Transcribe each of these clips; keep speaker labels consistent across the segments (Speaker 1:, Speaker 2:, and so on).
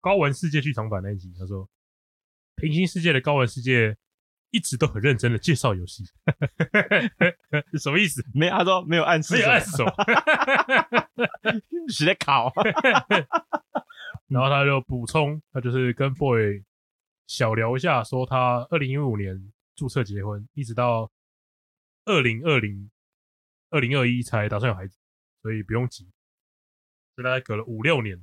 Speaker 1: 高玩世界剧场版那一集，他说平行世界的高玩世界一直都很认真的介绍游戏， 什么意思？
Speaker 2: 没有，他说没有暗示
Speaker 1: 没
Speaker 2: 什
Speaker 1: 有
Speaker 2: 么，
Speaker 1: 暗示 什么？
Speaker 2: 是在考。
Speaker 1: 然后他就补充，他就是跟 boy 小聊一下，说他二零一五年注册结婚，一直到二零二零、二零二一才打算有孩子，所以不用急。所以大概隔了五六年，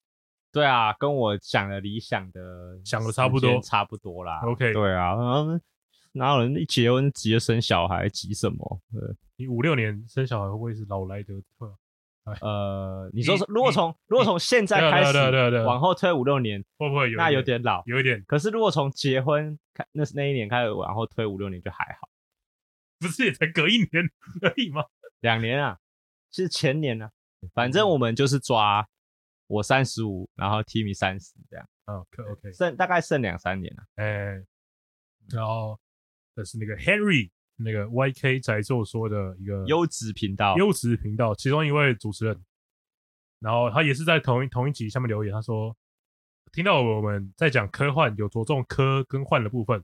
Speaker 2: 对啊，跟我想的理想的
Speaker 1: 想的差不多
Speaker 2: 时间差不多啦。
Speaker 1: OK
Speaker 2: 对啊，嗯哪有人一结婚急着生小孩，急什么？
Speaker 1: 你五六年生小孩会不会是老来得快？
Speaker 2: 呃，你说
Speaker 1: 你
Speaker 2: 是如果
Speaker 1: 你
Speaker 2: 从如果从现在
Speaker 1: 对啊
Speaker 2: 开
Speaker 1: 对啊
Speaker 2: 始
Speaker 1: 对啊对啊对啊
Speaker 2: 往后推五六年，
Speaker 1: 会不会有一
Speaker 2: 那有
Speaker 1: 点
Speaker 2: 点老。
Speaker 1: 有一点
Speaker 2: 可是如果从结婚开那那一年开始往后推五六年就还好，
Speaker 1: 不是也才隔一年而已吗？
Speaker 2: 两年啊，是前年啊，反正我们就是抓我三十五，然后 Timmy 三十这样，
Speaker 1: 啊可 OK，
Speaker 2: 剩大概剩两三年啊。
Speaker 1: 哎、然后这是那个 Henry 那个 YK 宅座说的一个
Speaker 2: 优质频道，
Speaker 1: 优质频道其中一位主持人，然后他也是在同一同一集下面留言，他说听到我们在讲科幻，有着重科跟幻的部分，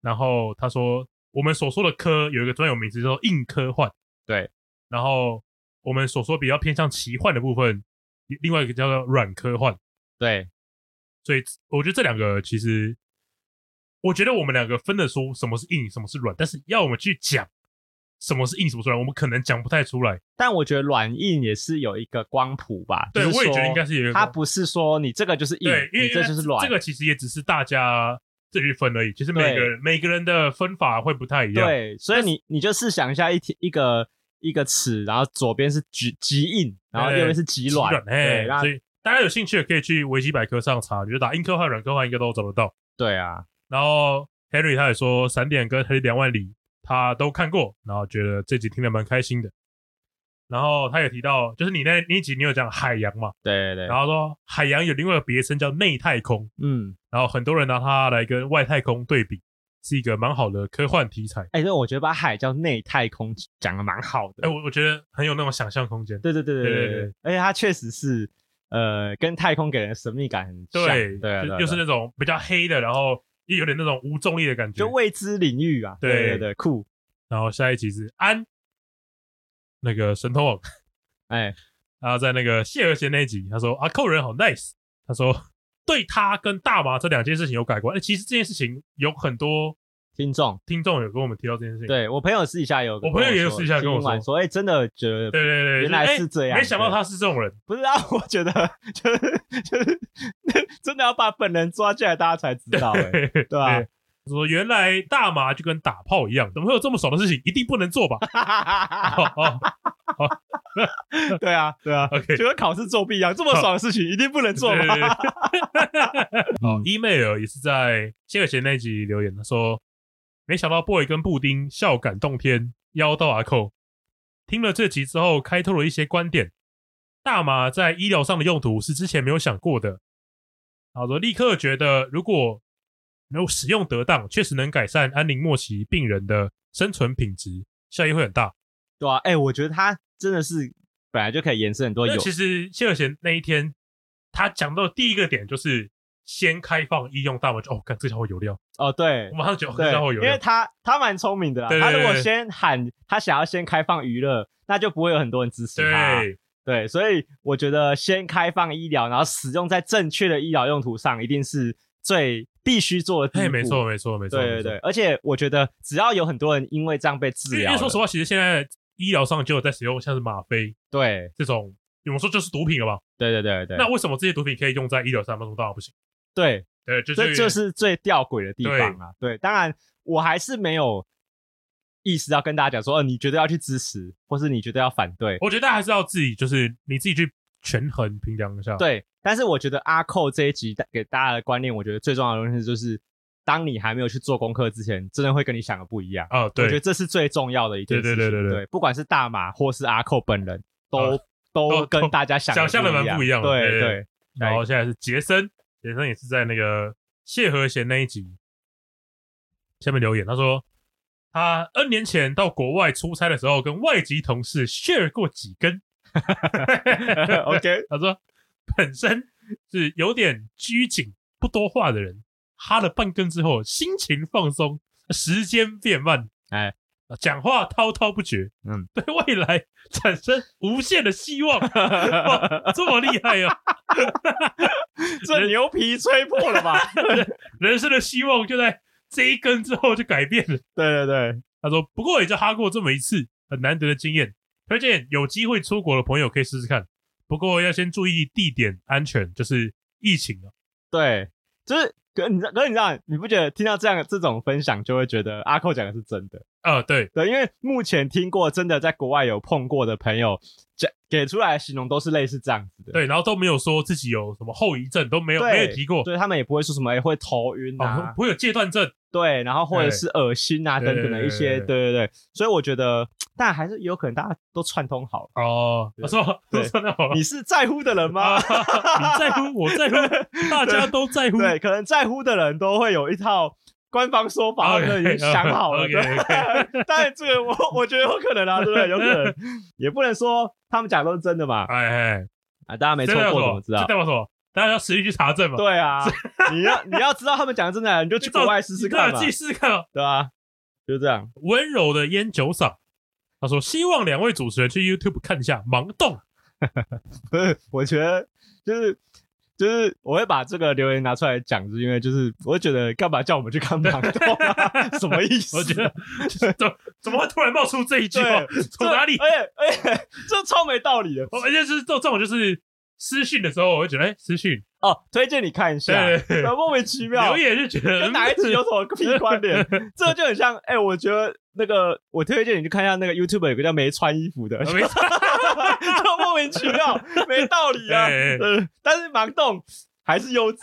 Speaker 1: 然后他说我们所说的科有一个专有名词叫做硬科幻，
Speaker 2: 对，
Speaker 1: 然后我们所说比较偏向奇幻的部分，另外一个叫做软科幻，
Speaker 2: 对
Speaker 1: 所以我觉得这两个其实，我觉得我们两个分得出什么是硬，什么是软，但是要我们去讲什么是硬，什么是软，我们可能讲不太出来。
Speaker 2: 但我觉得软硬也是有一个光谱吧。
Speaker 1: 对，
Speaker 2: 就是
Speaker 1: 我也觉得
Speaker 2: 说
Speaker 1: 应该是有一个
Speaker 2: 它不是说你这个就是硬
Speaker 1: 对，，因为
Speaker 2: 你这就是软。
Speaker 1: 这个其实也只是大家自己去分而已，其实每个人每个人的分法会不太一样。
Speaker 2: 对，所以你你就试想一下一题，一个一个尺，然后左边是极极硬，然后
Speaker 1: 对
Speaker 2: 右边是
Speaker 1: 极
Speaker 2: 极软，
Speaker 1: 软，
Speaker 2: 对，
Speaker 1: 哎，
Speaker 2: 那
Speaker 1: 所以大家有兴趣的可以去维基百科上查，就是打硬科幻、软科幻应该都找得到。
Speaker 2: 对啊，
Speaker 1: 然后 Henry 他也说，《闪点》跟《黑两万里》他都看过，然后觉得这集听得蛮开心的。然后他也提到，就是你那那一集你有讲海洋嘛，
Speaker 2: 对对对
Speaker 1: 然，后说海洋有另外一个别称叫内太空，
Speaker 2: 嗯，
Speaker 1: 然后很多人拿它来跟外太空对比，是一个蛮好的科幻题材。
Speaker 2: 哎、对，我觉得把海叫内太空讲的蛮好的，
Speaker 1: 哎、我我觉得很有那种想象空间。
Speaker 2: 对对对
Speaker 1: 对
Speaker 2: 对
Speaker 1: 对
Speaker 2: 对，而且它确实是呃，跟太空给人的神秘感很像，
Speaker 1: 对，
Speaker 2: 对啊，
Speaker 1: 就
Speaker 2: 对啊
Speaker 1: 又是
Speaker 2: 对
Speaker 1: 那
Speaker 2: 啊
Speaker 1: 种比较黑的，然后又有点那种无重力的感觉
Speaker 2: 就。未知领域啊，
Speaker 1: 对
Speaker 2: 对对对，酷，
Speaker 1: 然后下一集是安，那个神偷网，
Speaker 2: 哎，
Speaker 1: 然后在那个谢和弦那一集，他说啊扣人好 nice，他说对他跟大麻这两件事情有改观。哎、其实这件事情有很多
Speaker 2: 听众，
Speaker 1: 听众有跟我们提到这件事情。
Speaker 2: 对我朋友私底下有跟
Speaker 1: 我
Speaker 2: 说，
Speaker 1: 朋友也有私底下跟我
Speaker 2: 听完
Speaker 1: 说
Speaker 2: 说，哎、真的觉得
Speaker 1: 对对对，
Speaker 2: 原来
Speaker 1: 就是
Speaker 2: 这样
Speaker 1: 哎没想到
Speaker 2: 对
Speaker 1: 他是这种人。
Speaker 2: 不是啊，我觉得就是就是真的要把本人抓进来，大家才知道、欸，
Speaker 1: 对
Speaker 2: 对啊
Speaker 1: 说原来大麻就跟打炮一样，怎么会有这么爽的事情？一定不能做吧？ 哦哦
Speaker 2: 对啊，对啊，
Speaker 1: ，OK，
Speaker 2: 就跟考试作弊一样，这么爽的事情一定不能做
Speaker 1: 对对
Speaker 2: 吧？
Speaker 1: 对哦，email 也是在谢尔贤那集留言，他说没想到 boy 跟布丁笑感动天，妖到阿扣。听了这集之后，开拓了一些观点。大麻在医疗上的用途是之前没有想过的。好的，立刻觉得如果能使用得当，确实能改善安宁末期病人的生存品质，效益会很大。
Speaker 2: 对啊，哎、我觉得他真的是本来就可以延伸很多
Speaker 1: 那
Speaker 2: 有，
Speaker 1: 其实谢尔贤那一天，他讲到的第一个点就是先开放医用大麻，就哦，看这家伙有料。
Speaker 2: 哦，对
Speaker 1: 我。马上觉得哦这
Speaker 2: 对
Speaker 1: 家伙，有
Speaker 2: 因为
Speaker 1: 料。
Speaker 2: 他他蛮聪明的啦
Speaker 1: 对对
Speaker 2: 他如果
Speaker 1: 对
Speaker 2: 先喊他想要先开放娱乐，那就不会有很多人支持他啊、
Speaker 1: 对
Speaker 2: 对，所以我觉得先开放医疗，然后使用在正确的医疗用途上，一定是最必须做的第一
Speaker 1: 嘿，
Speaker 2: 步。
Speaker 1: 没错，没错，没错，
Speaker 2: 对对
Speaker 1: 没错
Speaker 2: 对，。而且我觉得只要有很多人因为这样被治
Speaker 1: 因为因
Speaker 2: 疗
Speaker 1: 为
Speaker 2: 了，
Speaker 1: 说实话，其实现在医疗上就有在使用像是吗啡
Speaker 2: 对
Speaker 1: 这种，我们说就是毒品了吧？
Speaker 2: 对对对对，
Speaker 1: 那为什么这些毒品可以用在医疗上，为什么大麻不行？
Speaker 2: 对，
Speaker 1: 对，就是
Speaker 2: 这就是最吊诡的地方啊。对，当然我还是没有意识到跟大家讲说，呃，你觉得要去支持，或是你觉得要反对，
Speaker 1: 我觉得大家还是要自己，就是你自己去权衡评量一下。
Speaker 2: 对。但是我觉得阿寇这一集带给大家的观念，我觉得最重要的东西就是，当你还没有去做功课之前，真的会跟你想的不一样。
Speaker 1: 啊，
Speaker 2: 我觉得
Speaker 1: 对，
Speaker 2: 这是最重要的一件
Speaker 1: 对
Speaker 2: 事
Speaker 1: 对
Speaker 2: 情。
Speaker 1: 对对对
Speaker 2: 不管是大马或是阿寇本人，都、
Speaker 1: 啊
Speaker 2: 都
Speaker 1: 都
Speaker 2: 跟大家想
Speaker 1: 想象的
Speaker 2: 的
Speaker 1: 蛮不
Speaker 2: 不
Speaker 1: 一样的
Speaker 2: 对
Speaker 1: 对
Speaker 2: 对
Speaker 1: 然
Speaker 2: 哎
Speaker 1: 后现在是杰森，杰森也是在那个谢和弦那一集下面留言，他说他 N 年前到国外出差的时候，跟外籍 同事 share 过几根。
Speaker 2: ，OK，
Speaker 1: 他说本身是有点拘谨、不多话的人，哈了半根之后，心情放松，时间变慢，
Speaker 2: 哎，
Speaker 1: 讲话滔滔不绝，
Speaker 2: 嗯，
Speaker 1: 对未来产生无限的希 望。哇这么厉害哦！
Speaker 2: 这牛皮吹破了吧？
Speaker 1: 人生的希望就在这一根之后就改变了。
Speaker 2: 对对对，
Speaker 1: 他说：“不过也就哈过这么一次，很难得的经验，推荐有机会出国的朋友可以试试看。不过要先注意地点安全，就是疫情啊。
Speaker 2: 对，就是可你知可是你知道，你不觉得听到这样这种分享，就会觉得阿寇讲的是真的？
Speaker 1: 啊，对，
Speaker 2: 对，因为目前听过真的在国外有碰过的朋友，讲给出来的形容都是类似这样子的。
Speaker 1: 对，然后都没有说自己有什么后遗症，都没有
Speaker 2: 对
Speaker 1: 没有提过，
Speaker 2: 所以他们也不会说什么、哎会头晕
Speaker 1: 哦，
Speaker 2: 啊
Speaker 1: 不，不会有戒断症。
Speaker 2: 对，然后或者
Speaker 1: 对
Speaker 2: 是恶心啊
Speaker 1: 哎对
Speaker 2: 等
Speaker 1: 对
Speaker 2: 等的
Speaker 1: 对
Speaker 2: 一
Speaker 1: 对
Speaker 2: 些，
Speaker 1: 对
Speaker 2: 对对对。所以我觉得，但还是有可能大家都串通好了。
Speaker 1: 哦，
Speaker 2: 对
Speaker 1: 我说，我
Speaker 2: 对
Speaker 1: 说那好 了
Speaker 2: 你是在乎的人
Speaker 1: 啊，
Speaker 2: 吗？
Speaker 1: 你在乎，我在乎，大家都 在乎。
Speaker 2: 对，可能在乎的人都会有一套官方说法，
Speaker 1: OK，哎
Speaker 2: 他们已经想好 了。
Speaker 1: OK，
Speaker 2: 对当然这个我我觉得有可能啊，对不对？有可 能，也不能说他们讲都是真的嘛。
Speaker 1: 哎哎，
Speaker 2: 啊，大家没
Speaker 1: 没
Speaker 2: 错过怎么知
Speaker 1: 这
Speaker 2: 道？
Speaker 1: 代表什么？大家要实力去查证嘛。
Speaker 2: 对啊，你要你要知道他们讲的真啊的，你 就去国外试试
Speaker 1: 对
Speaker 2: 看嘛
Speaker 1: 啊，自，己试试看哦。
Speaker 2: 对吧？就这样，
Speaker 1: 温柔的烟酒嗓，他说希望两位主持人去 YouTube 看一下《盲 洞》
Speaker 2: 不是，我觉得就是。就是我会把这个留言拿出来讲，是因为就是我会觉得干嘛叫我们去看盲洞、 啊，什么意思？
Speaker 1: 我觉得怎怎么会突然冒出这一句话？
Speaker 2: 对
Speaker 1: 从哪里？哦
Speaker 2: 而且而且哎这超没道理的
Speaker 1: 而且是这这种就是私讯的时候，我会觉得哎，私讯
Speaker 2: 哦。推荐你看一下，
Speaker 1: 对对对
Speaker 2: 呃莫名其妙
Speaker 1: 留，言就觉得嗯
Speaker 2: 跟哪一集有什么屁 关联？这就很像，哎，我觉得那个我推荐你去看一下那个 YouTube 有个叫没穿衣服 的，
Speaker 1: 嗯
Speaker 2: 就
Speaker 1: 没错
Speaker 2: 莫名其妙，没道理啊。
Speaker 1: 哎哎
Speaker 2: 呃，但是盲洞还是优质，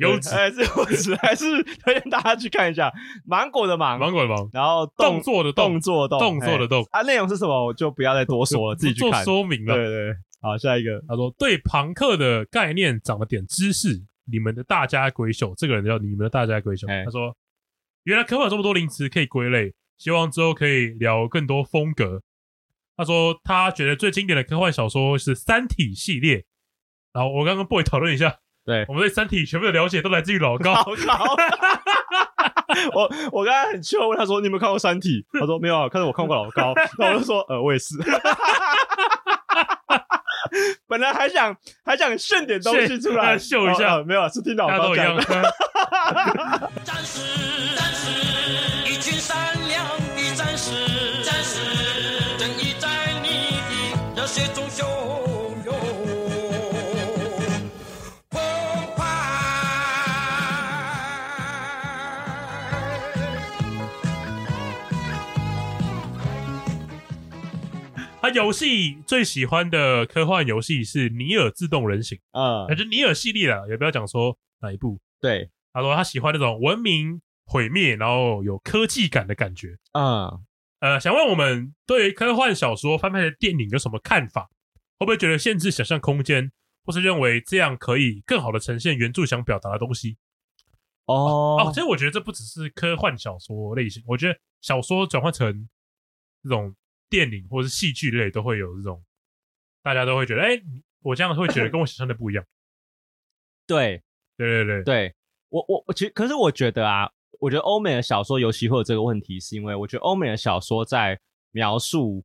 Speaker 1: 优 质
Speaker 2: 还是优质，还是 推荐大家去看一下芒果的芒，
Speaker 1: 芒果的芒，
Speaker 2: 然后
Speaker 1: 动作的
Speaker 2: 动
Speaker 1: 动，
Speaker 2: 作动
Speaker 1: 动作的
Speaker 2: 哎
Speaker 1: 动，
Speaker 2: 啊，内容是什么我就不要再多说了，自己去
Speaker 1: 做
Speaker 2: 看。
Speaker 1: 说明
Speaker 2: 对
Speaker 1: 了。
Speaker 2: 对，对好，下 一个，
Speaker 1: 他说对朋克的概念长了点知识，你们的大家闺秀，这个人叫你们的大家闺秀。
Speaker 2: 哎
Speaker 1: 他说原来科幻有这么多名词可以归类，希望之后可以聊更多风格。他说他觉得最经典的科幻小说是《三体》系列。然后我刚跟 boy 讨论一下，
Speaker 2: 对
Speaker 1: 我们对《三体》全部的了解都来自于老高。
Speaker 2: 好高。我我刚才很气，问他说：“你有没有看过《三体》？” 他说：“没有啊，可是我看过老高。”那我就说：“呃，我也是。” 本来还想还想炫点东西出来
Speaker 1: 是秀一下
Speaker 2: 哦呃没有啊，是听老
Speaker 1: 大家
Speaker 2: 高
Speaker 1: 都一
Speaker 2: 讲
Speaker 1: 样
Speaker 2: 的。，
Speaker 3: 战士，战士，一群善良的战士，战士，正义在你的热血中汹涌澎湃。
Speaker 1: 他游戏最喜欢的科幻游戏是《尼尔：自动人形》，
Speaker 2: 嗯
Speaker 1: 反，正尼尔系列啦，也不要讲说哪一部，
Speaker 2: 对，
Speaker 1: 他说他喜欢那种文明毁灭，然后有科技感的感觉。
Speaker 2: 嗯，
Speaker 1: 呃，想问我们对于科幻小说翻拍的电影有什么看法？会不会觉得限制想象空间，或是认为这样可以更好的呈现原著想表达的东西？哦，
Speaker 2: 哦
Speaker 1: 其，实我觉得这不只是科幻小说类型，我觉得小说转换成这种电影或是戏剧类，都会有这种，大家都会觉得，哎、我这样会觉得跟我想象的不一样。
Speaker 2: 对，
Speaker 1: 对对对，
Speaker 2: 对我我我其实可是我觉得啊，我觉得欧美的小说尤其会有这个问题，是因为我觉得欧美的小说在描述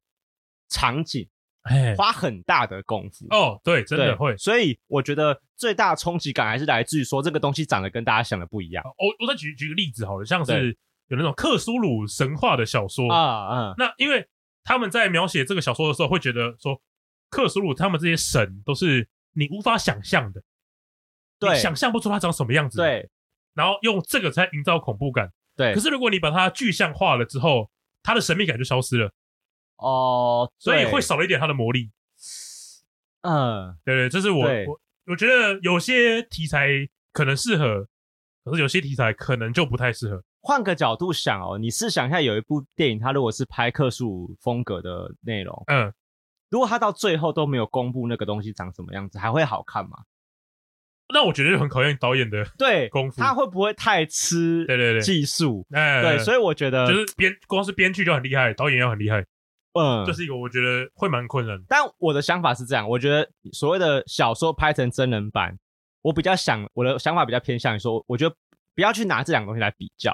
Speaker 2: 场景
Speaker 1: 哎，
Speaker 2: 花很大的功夫，
Speaker 1: 哦，对，真
Speaker 2: 对
Speaker 1: 的会。
Speaker 2: 所以我觉得最大的冲击感还是来自于说这个东西长得跟大家想的不一样
Speaker 1: 我我再举举个例子好了，像
Speaker 2: 对
Speaker 1: 是有那种克苏鲁神话的小说，
Speaker 2: 啊，嗯，
Speaker 1: 那因为他们在描写这个小说的时候，会觉得说克苏鲁他们这些神都是你无法想象的，你
Speaker 2: 对
Speaker 1: 想象不出他长什么样子，，
Speaker 2: 对
Speaker 1: 然后用这个才营造恐怖感。
Speaker 2: 对
Speaker 1: 可，是如果你把它具象化了之后，它的神秘感就消失了，
Speaker 2: 哦，
Speaker 1: 所以
Speaker 2: 对
Speaker 1: 会少了一点它的魔力。
Speaker 2: 嗯，
Speaker 1: 对对，这是我
Speaker 2: 对
Speaker 1: 我我觉得有些题材可能适合，可是有些题材可能就不太适合。
Speaker 2: 换个角度想哦，你试想一下，有一部电影，它如果是拍克数风格的内容，
Speaker 1: 嗯，
Speaker 2: 如果它到最后都没有公布那个东西长什么样子，还会好看吗？
Speaker 1: 那我觉得就很考验导演的
Speaker 2: 对，
Speaker 1: 功夫
Speaker 2: 它会不会太吃
Speaker 1: 对对对
Speaker 2: 技术？
Speaker 1: 哎，
Speaker 2: 对，所以我觉得
Speaker 1: 就是编光是编剧就很厉害，导演要很厉害，
Speaker 2: 呃嗯，
Speaker 1: 这是一个我觉得会蛮困难的。
Speaker 2: 但我的想法是这样，我觉得所谓的小说拍成真人版，我比较想我的想法比较偏向于说，我觉得不要去拿这两个东西来比较，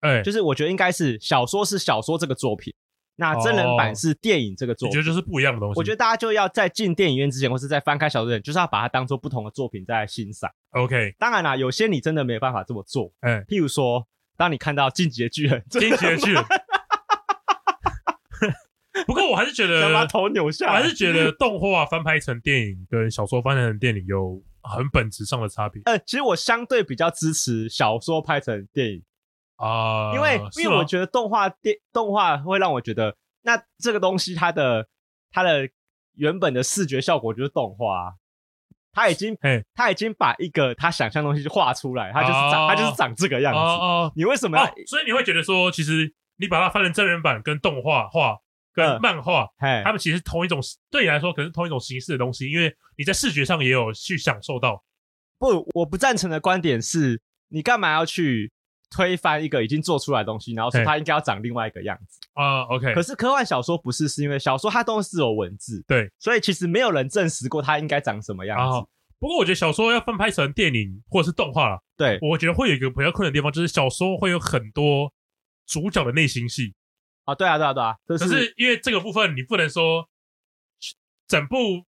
Speaker 1: 哎，
Speaker 2: 就是我觉得应该是小说是小说这个作品，那真人版
Speaker 1: 哦
Speaker 2: 是电影这个作
Speaker 1: 你
Speaker 2: 品。
Speaker 1: 觉得就是不一样的东西？
Speaker 2: 我觉得大家就要在进电影院之前，或是在翻开小说之前，就是要把它当做不同的作品在欣赏。
Speaker 1: OK，
Speaker 2: 当然啦，有些你真的没办法这么做，
Speaker 1: 哎，
Speaker 2: 譬如说，当你看到《进击的巨人》，真
Speaker 1: 进击的巨人。 不过我还是觉得
Speaker 2: 的想，把头扭下
Speaker 1: 呃我
Speaker 2: 来，
Speaker 1: 还是觉得动画翻拍成电影跟小说翻拍成电影有很本质上的差别
Speaker 2: 呃，其实我相对比较支持小说拍成电影，
Speaker 1: 啊、
Speaker 2: 因为、
Speaker 1: 是
Speaker 2: 因为我
Speaker 1: 吗
Speaker 2: 觉得动画电动画会让我觉得，那这个东西它的它的原本的视觉效果就是动画、啊，它已经
Speaker 1: 嘿
Speaker 2: 它已经把一个他想象的东西画出来，它就是长、它就是长这个样子。
Speaker 1: 哦
Speaker 2: 你为什
Speaker 1: 哦
Speaker 2: 么要
Speaker 1: 哦，所以你会觉得说，其实你把它翻成真人版跟动画画
Speaker 2: 嗯
Speaker 1: 跟漫画，
Speaker 2: 嘿
Speaker 1: 他们其实是同一种，对你来说可能是同一种形式的东西，因为你在视觉上也有去享受到
Speaker 2: 不，我不赞成的观点是，你干嘛要去推翻一个已经做出来的东西，然后说
Speaker 1: 嘿
Speaker 2: 它应该要长另外一个样子？
Speaker 1: 啊、OK，
Speaker 2: 可是科幻小说不是，是因为小说它都是有文字，
Speaker 1: 对，
Speaker 2: 所以其实没有人证实过它应该长什么样
Speaker 1: 啊、
Speaker 2: 子。
Speaker 1: 不过我觉得小说要翻拍成电影或者是动画啦，
Speaker 2: 对，
Speaker 1: 我觉得会有一个比较困难的地方，就是小说会有很多主角的内心戏。
Speaker 2: 啊，对啊，对啊，对啊，这
Speaker 1: 可是因为这个部分，你不能说整部